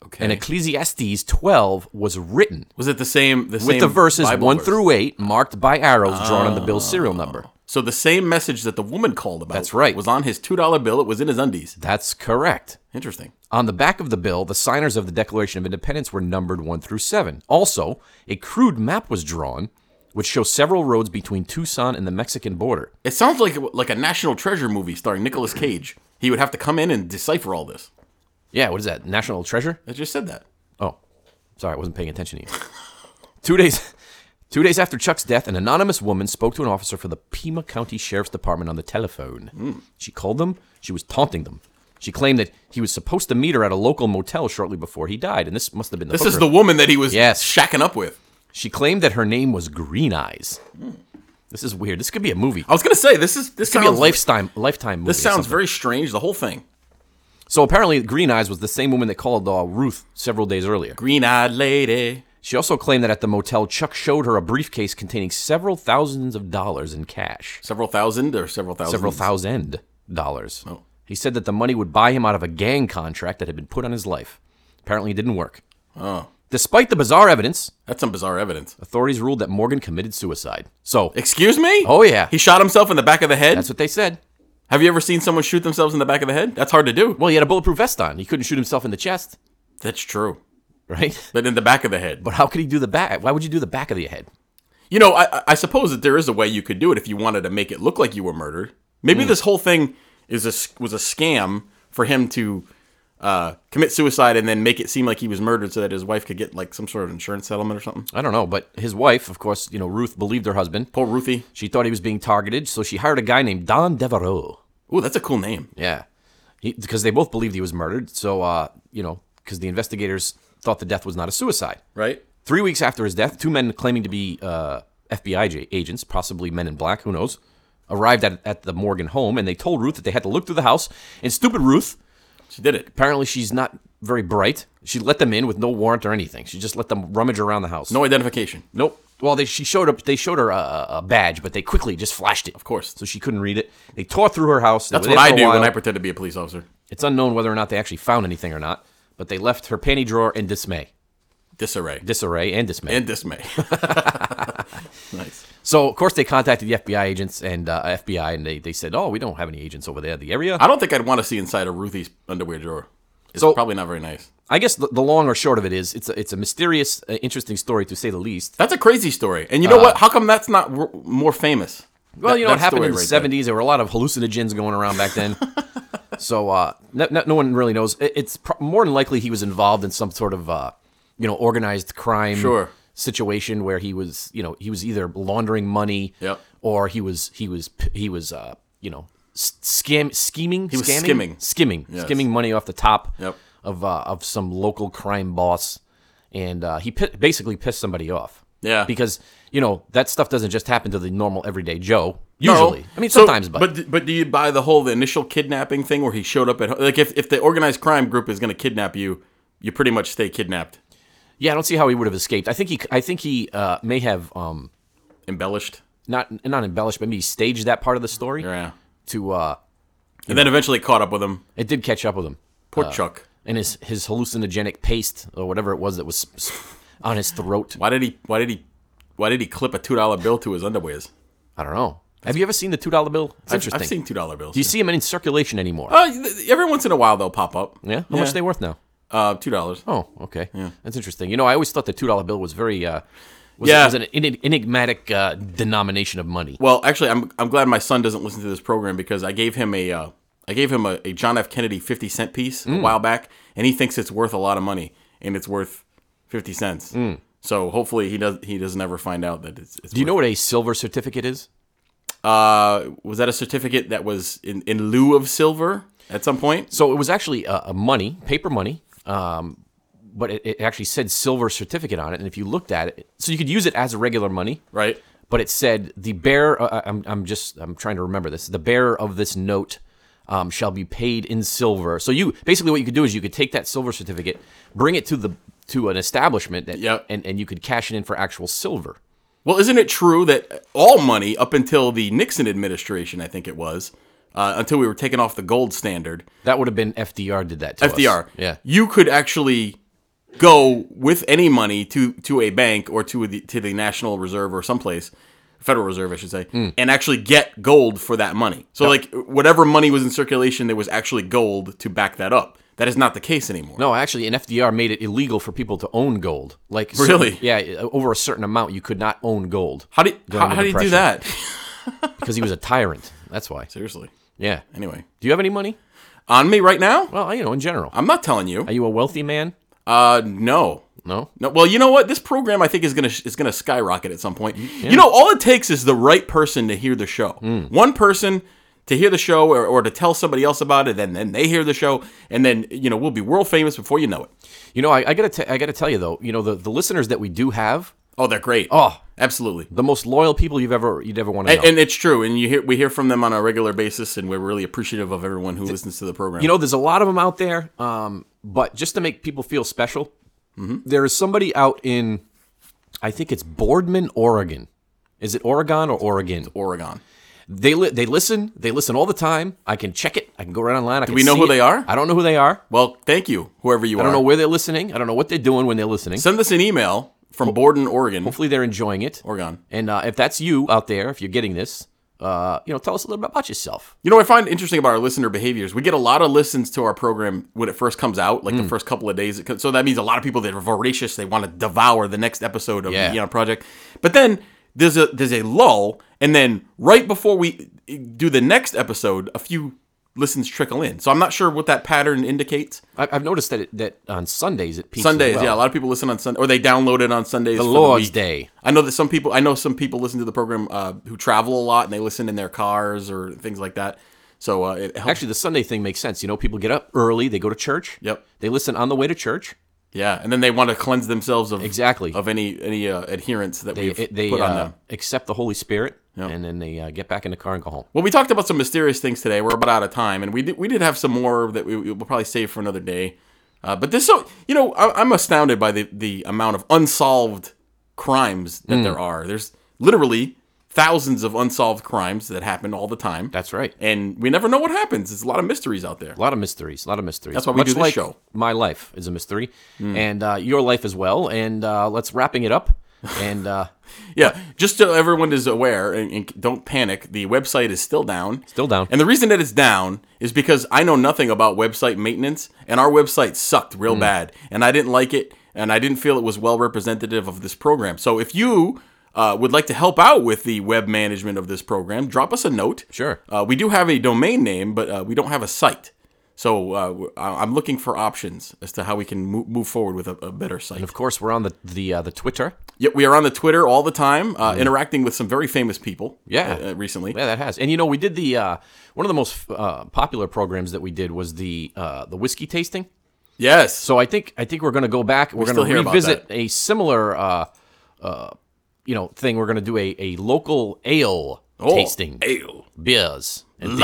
Speaker 2: Okay.
Speaker 1: and Ecclesiastes 12 was written
Speaker 2: was it the same? The same
Speaker 1: with the verses
Speaker 2: Bible
Speaker 1: one
Speaker 2: verse? Oh.
Speaker 1: through eight marked by arrows drawn on the bill's serial number.
Speaker 2: So the same message that the woman called about.
Speaker 1: That's right.
Speaker 2: Was on his two dollar bill. It was in his undies.
Speaker 1: That's correct.
Speaker 2: Interesting.
Speaker 1: On the back of the bill, the signers of the Declaration of Independence were numbered 1 through 7. Also, a crude map was drawn, which shows several roads between Tucson and the Mexican border.
Speaker 2: It sounds like like a National Treasure movie starring Nicolas Cage. He would have to come in and decipher all this.
Speaker 1: Yeah, what is that? National Treasure?
Speaker 2: I just said that.
Speaker 1: Oh, sorry, I wasn't paying attention to you. two days. Two days after Chuck's death, an anonymous woman spoke to an officer for the Pima County Sheriff's Department on the telephone. She called them. She was taunting them. She claimed that he was supposed to meet her at a local motel shortly before he died, and this must have been the
Speaker 2: This is
Speaker 1: hooker.
Speaker 2: the woman that he was
Speaker 1: Yes.
Speaker 2: shacking up with.
Speaker 1: She claimed that her name was Green Eyes. This is weird. This could be a movie.
Speaker 2: I was gonna say this is this
Speaker 1: This could be a
Speaker 2: sounds-
Speaker 1: lifetime lifetime movie.
Speaker 2: This
Speaker 1: or
Speaker 2: sounds
Speaker 1: something.
Speaker 2: very strange. The whole thing.
Speaker 1: so. Apparently, Green Eyes was the same woman that called uh, Ruth several days earlier.
Speaker 2: Green eyed lady.
Speaker 1: She also claimed that at the motel, Chuck showed her a briefcase containing several thousands of dollars in cash.
Speaker 2: Several thousand or several thousand.
Speaker 1: Several thousand dollars.
Speaker 2: Oh.
Speaker 1: He said that the money would buy him out of a gang contract that had been put on his life. Apparently, it didn't work.
Speaker 2: Oh.
Speaker 1: Despite the bizarre evidence,
Speaker 2: That's some bizarre evidence.
Speaker 1: authorities ruled that Morgan committed suicide. So
Speaker 2: Excuse me?
Speaker 1: Oh, yeah.
Speaker 2: He shot himself in the back of the head.
Speaker 1: that's what they said.
Speaker 2: Have you ever seen someone shoot themselves in the back of the head? That's hard to do.
Speaker 1: Well, he had a bulletproof vest on. He couldn't shoot himself in the chest,
Speaker 2: That's true.
Speaker 1: right?
Speaker 2: But in the back of the head.
Speaker 1: But how could he do the back? Why would you do the back of the head?
Speaker 2: You know, I, I- I suppose that there is a way you could do it if you wanted to make it look like you were murdered.
Speaker 1: Hmm.
Speaker 2: Maybe this whole thing is a s was a scam for him to uh, commit suicide and then make it seem like he was murdered so that his wife could get like some sort of insurance settlement or something.
Speaker 1: I don't know. But his wife, of course, you know, Ruth believed her husband.
Speaker 2: Poor Ruthie.
Speaker 1: She thought he was being targeted, so she hired a guy named Don Devereaux.
Speaker 2: Ooh, that's a cool name.
Speaker 1: Yeah, because they both believed he was murdered. So, uh, you know, because the investigators thought the death was not a suicide.
Speaker 2: Right?
Speaker 1: Three weeks after his death, two men claiming to be uh, FBI j- agents, possibly men in black, who knows, arrived at, at the Morgan home and they told Ruth that they had to look through the house. And stupid Ruth,
Speaker 2: She did it.
Speaker 1: apparently she's not very bright. She let them in with no warrant or anything. She just let them rummage around the house.
Speaker 2: No identification.
Speaker 1: Nope. Well, they, she showed up. They showed her a- a, a badge, but they quickly just flashed it. Of
Speaker 2: course.
Speaker 1: so she couldn't read it. They tore through her house. They
Speaker 2: That's
Speaker 1: were
Speaker 2: what
Speaker 1: there
Speaker 2: I
Speaker 1: for a
Speaker 2: do when
Speaker 1: while.
Speaker 2: I pretend to be a police officer.
Speaker 1: It's unknown whether or not they actually found anything or not, but they left her panty drawer in dismay,
Speaker 2: Disarray.
Speaker 1: disarray, and dismay.
Speaker 2: and dismay. nice.
Speaker 1: so, of course, they contacted the FBI agents and uh, FBI, and they, they said, "Oh, we don't have any agents over there in the area."
Speaker 2: I don't think I'd want to see inside of Ruthie's underwear drawer. It's
Speaker 1: So-
Speaker 2: probably not very nice.
Speaker 1: I guess the, the long or short of it is, it's a, it's a mysterious, uh, interesting story to say the least.
Speaker 2: That's a crazy story. And you know what? How come that's not r- more famous?
Speaker 1: Uh-huh. Well, you know,
Speaker 2: That-
Speaker 1: it
Speaker 2: that
Speaker 1: happened
Speaker 2: story
Speaker 1: in the
Speaker 2: right there.
Speaker 1: 70s. There were a lot of hallucinogens going around back then. so uh, no, no, no one really knows. It- It's pro- more than likely he was involved in some sort of, uh, you know, organized crime
Speaker 2: Sure.
Speaker 1: situation where he was, you know, he was either laundering money
Speaker 2: Yep.
Speaker 1: or he was, he was, p- he was, uh, you know, s- scam, scheming, he
Speaker 2: was
Speaker 1: scamming?
Speaker 2: skimming.
Speaker 1: skimming,
Speaker 2: Yes.
Speaker 1: skimming money off the top
Speaker 2: Yep.
Speaker 1: of, uh, of some local crime boss. And uh, he pi- basically pissed somebody off.
Speaker 2: Yeah.
Speaker 1: Because, you know, that stuff doesn't just happen to the normal everyday Joe. Usually.
Speaker 2: No.
Speaker 1: I mean,
Speaker 2: So-
Speaker 1: sometimes, but,
Speaker 2: but do you buy the whole the initial kidnapping thing where he showed up at ho- like if if the organized crime group is going to kidnap you, you pretty much stay kidnapped,
Speaker 1: yeah, I don't see how he would have escaped. I think he, I think he uh, may have um,
Speaker 2: embellished,
Speaker 1: not not embellished, but maybe staged that part of the story
Speaker 2: yeah,
Speaker 1: to. Uh,
Speaker 2: and then eventually caught up with him.
Speaker 1: it did catch up with him,
Speaker 2: Poor Chuck.
Speaker 1: and his his hallucinogenic paste or whatever it was that was s- s- on his throat.
Speaker 2: Why did he? Why did he? Why did he clip a two dollar bill to his underwears?
Speaker 1: I don't know. Have you ever seen the two dollar bill? It's
Speaker 2: I've,
Speaker 1: interesting.
Speaker 2: I've seen two dollar bills.
Speaker 1: Do you see them in circulation anymore?
Speaker 2: Uh, th- every once in a while they'll pop up.
Speaker 1: yeah. How much are they worth now?
Speaker 2: Uh, two dollars.
Speaker 1: Oh, okay. That's interesting. You know, I always thought the two dollar bill was very. Uh, was,
Speaker 2: Yeah.
Speaker 1: was an en- enigmatic uh, denomination of money.
Speaker 2: Well, actually, I'm I'm glad my son doesn't listen to this program because I gave him a uh, I gave him a, a John F. Kennedy fifty cent piece
Speaker 1: Mm.
Speaker 2: a while back, and he thinks it's worth a lot of money, and it's worth fifty cents. So hopefully he does he doesn't ever find out that it's. it's
Speaker 1: Mm. Do you know what a silver certificate is?
Speaker 2: Uh, was that a certificate that was in in lieu of silver at some point?
Speaker 1: So it was actually uh, a, a money, paper money, um, but it, it actually said silver certificate on it. And if you looked at it, so you could use it as regular money,
Speaker 2: Right.
Speaker 1: but it said the bearer. Uh, I'm, I'm just I'm trying to remember this. The bearer of this note um, shall be paid in silver. So you basically what you could do is you could take that silver certificate, bring it to the to an establishment that,
Speaker 2: Yep.
Speaker 1: and and you could cash it in for actual silver.
Speaker 2: Well, isn't it true that all money up until the Nixon administration, I think it was, uh, until we were taking off the gold standard,
Speaker 1: That would have been FDR did that to us.
Speaker 2: FDR.
Speaker 1: Yeah.
Speaker 2: You could actually go with any money to to a bank or to the to the National Reserve or someplace, Federal Reserve, I should say,
Speaker 1: Hmm.
Speaker 2: and actually get gold for that money. So like whatever money was in circulation, there was actually gold to back that up. That is not the case anymore.
Speaker 1: No, actually, an FDR made it illegal for people to own gold. Like cer-
Speaker 2: Really?
Speaker 1: yeah, uh, over a certain amount, you could not own gold
Speaker 2: How do
Speaker 1: During
Speaker 2: how,
Speaker 1: the
Speaker 2: how do you do
Speaker 1: Depression.
Speaker 2: that?
Speaker 1: because he was a tyrant. That's why.
Speaker 2: Seriously.
Speaker 1: Yeah.
Speaker 2: Anyway,
Speaker 1: Do you have any money?
Speaker 2: on me right now?
Speaker 1: Well, you know, in general,
Speaker 2: I'm not telling you.
Speaker 1: are you a wealthy man?
Speaker 2: Uh, no.
Speaker 1: No.
Speaker 2: No, well, you know what? This program I think is gonna is gonna skyrocket at some
Speaker 1: Mm,
Speaker 2: point. You know, all it takes is the right person to hear the show.
Speaker 1: Mm.
Speaker 2: One person to hear the show, or, or to tell somebody else about it, and then they hear the show, and then you know we'll be world famous before you know it.
Speaker 1: You know, I, I gotta, t- I gotta tell you though. You know, the, the listeners that we do have,
Speaker 2: Oh, they're great.
Speaker 1: Oh.
Speaker 2: absolutely.
Speaker 1: the most loyal people you've ever, you'd ever want to know.
Speaker 2: And, and it's true, and you hear we hear from them on a regular basis, and we're really appreciative of everyone who listens to the program.
Speaker 1: you know, there's a lot of them out there. Um, but just to make people feel special,
Speaker 2: Mm-hmm.
Speaker 1: there is somebody out in, I think it's Boardman, Oregon. Is it Oregon or Oregon?
Speaker 2: Oregon.
Speaker 1: They li- they listen. They listen all the time. I can check it. I can go right online. I Do
Speaker 2: we know who they are?
Speaker 1: I don't know who they are.
Speaker 2: Well, thank you, whoever you
Speaker 1: I
Speaker 2: are.
Speaker 1: don't know where they're listening. I don't know what they're doing when they're listening.
Speaker 2: Send us an email from Borden, Oregon.
Speaker 1: Hopefully, they're enjoying it.
Speaker 2: Oregon.
Speaker 1: And uh, if that's you out there, if you're getting this, uh, you know, tell us a little bit about yourself.
Speaker 2: You know, what I find interesting about our listener behaviors. We get a lot of listens to our program when it first comes out,
Speaker 1: Mm.
Speaker 2: like the first couple of days. It co- So that means a lot of people that are voracious. They want to devour the next episode of
Speaker 1: Yeah.
Speaker 2: the Eon Project. But then there's a there's a lull, and then right before we do the next episode, a few listens trickle in. So I'm not sure what that pattern indicates.
Speaker 1: I- I've noticed that it, that on Sundays it peaks. as
Speaker 2: Sundays,
Speaker 1: well.
Speaker 2: yeah, a lot of people listen on Sunday, or they download it on Sundays. for The
Speaker 1: Lord's
Speaker 2: week.
Speaker 1: Day.
Speaker 2: I know that some people. I know some people listen to the program uh, who travel a lot, and they listen in their cars or things like that. So uh, it helps.
Speaker 1: Actually, the Sunday thing makes sense. You know, people get up early. They go to church.
Speaker 2: Yep.
Speaker 1: They listen on the way to church.
Speaker 2: Yeah, and then they want to cleanse themselves of
Speaker 1: Exactly.
Speaker 2: of any any uh, adherence that
Speaker 1: They,
Speaker 2: we've
Speaker 1: it- they
Speaker 2: put on
Speaker 1: uh,
Speaker 2: them.
Speaker 1: accept the Holy Spirit, and then they uh, get back in the car and go home.
Speaker 2: Well, we talked about some mysterious things today. We're about out of time, and we did, we did have some more that we, we'll probably save for another day. Uh, but this, so you know, I, I'm astounded by the the amount of unsolved crimes
Speaker 1: Hmm.
Speaker 2: that there are. There's literally thousands of unsolved crimes that happen all the time.
Speaker 1: That's right.
Speaker 2: and we never know what happens. There's a lot of mysteries out there.
Speaker 1: A lot of mysteries. A lot of mysteries.
Speaker 2: That's why we
Speaker 1: Much
Speaker 2: do this
Speaker 1: like
Speaker 2: show. Hmm.
Speaker 1: My life is a mystery, and uh, your life as well. And uh, let's wrapping it up. And uh,
Speaker 2: Yeah, just so everyone is aware and, and don't panic, the website is still down.
Speaker 1: Still down.
Speaker 2: And the reason that it's down is because I know nothing about website maintenance, and our website sucked real
Speaker 1: Hmm.
Speaker 2: bad, and I didn't like it, and I didn't feel it was well representative of this program. So if you uh, would like to help out with the web management of this program, drop us a note.
Speaker 1: Sure.
Speaker 2: Uh, we do have a domain name, but uh, we don't have a site. So uh, w- I- I'm looking for options as to how we can mo- move forward with a, a better site.
Speaker 1: of course, we're on the the uh, the Twitter.
Speaker 2: Yeah, we are on the Twitter all the time, uh, interacting with some very famous people.
Speaker 1: Hmm. Yeah.
Speaker 2: uh, uh, recently.
Speaker 1: Yeah, that has. And you know, we did the uh, one of the most uh, popular programs that we did was the uh, the whiskey tasting.
Speaker 2: Yes.
Speaker 1: So I think I think we're going to go back. We're
Speaker 2: still
Speaker 1: going to
Speaker 2: hear about
Speaker 1: revisit a similar, uh, uh, you know, thing. We're going to do a, a local ale
Speaker 2: Oh,
Speaker 1: tasting,
Speaker 2: ale.
Speaker 1: beers, and things.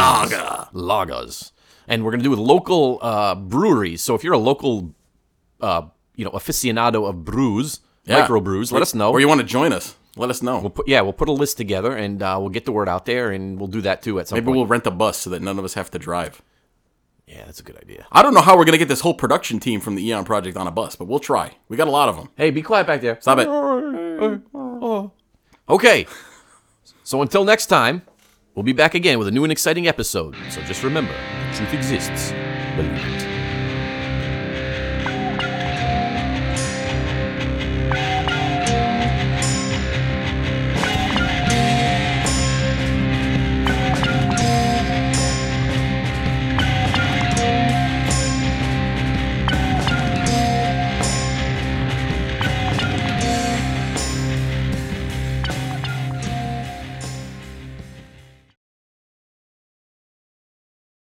Speaker 1: lagers, and we're going to do with local uh, breweries. So if you're a local, uh, you know, aficionado of brews,
Speaker 2: Yeah.
Speaker 1: microbrews, let us know.
Speaker 2: Or you want to join us? Let us know.
Speaker 1: Put- yeah, we'll put a list together and uh, we'll get the word out there, and we'll do that too at some
Speaker 2: Maybe
Speaker 1: point.
Speaker 2: we'll rent a bus so that none of us have to drive.
Speaker 1: yeah, that's a good idea.
Speaker 2: I don't know how we're gonna get this whole production team from the Eon Project on a bus, but we'll try. We got a lot of them.
Speaker 1: Hey, be quiet back there.
Speaker 2: Stop it.
Speaker 1: Okay. So until next time, we'll be back again with a new and exciting episode. So just remember, the truth exists. Believe it.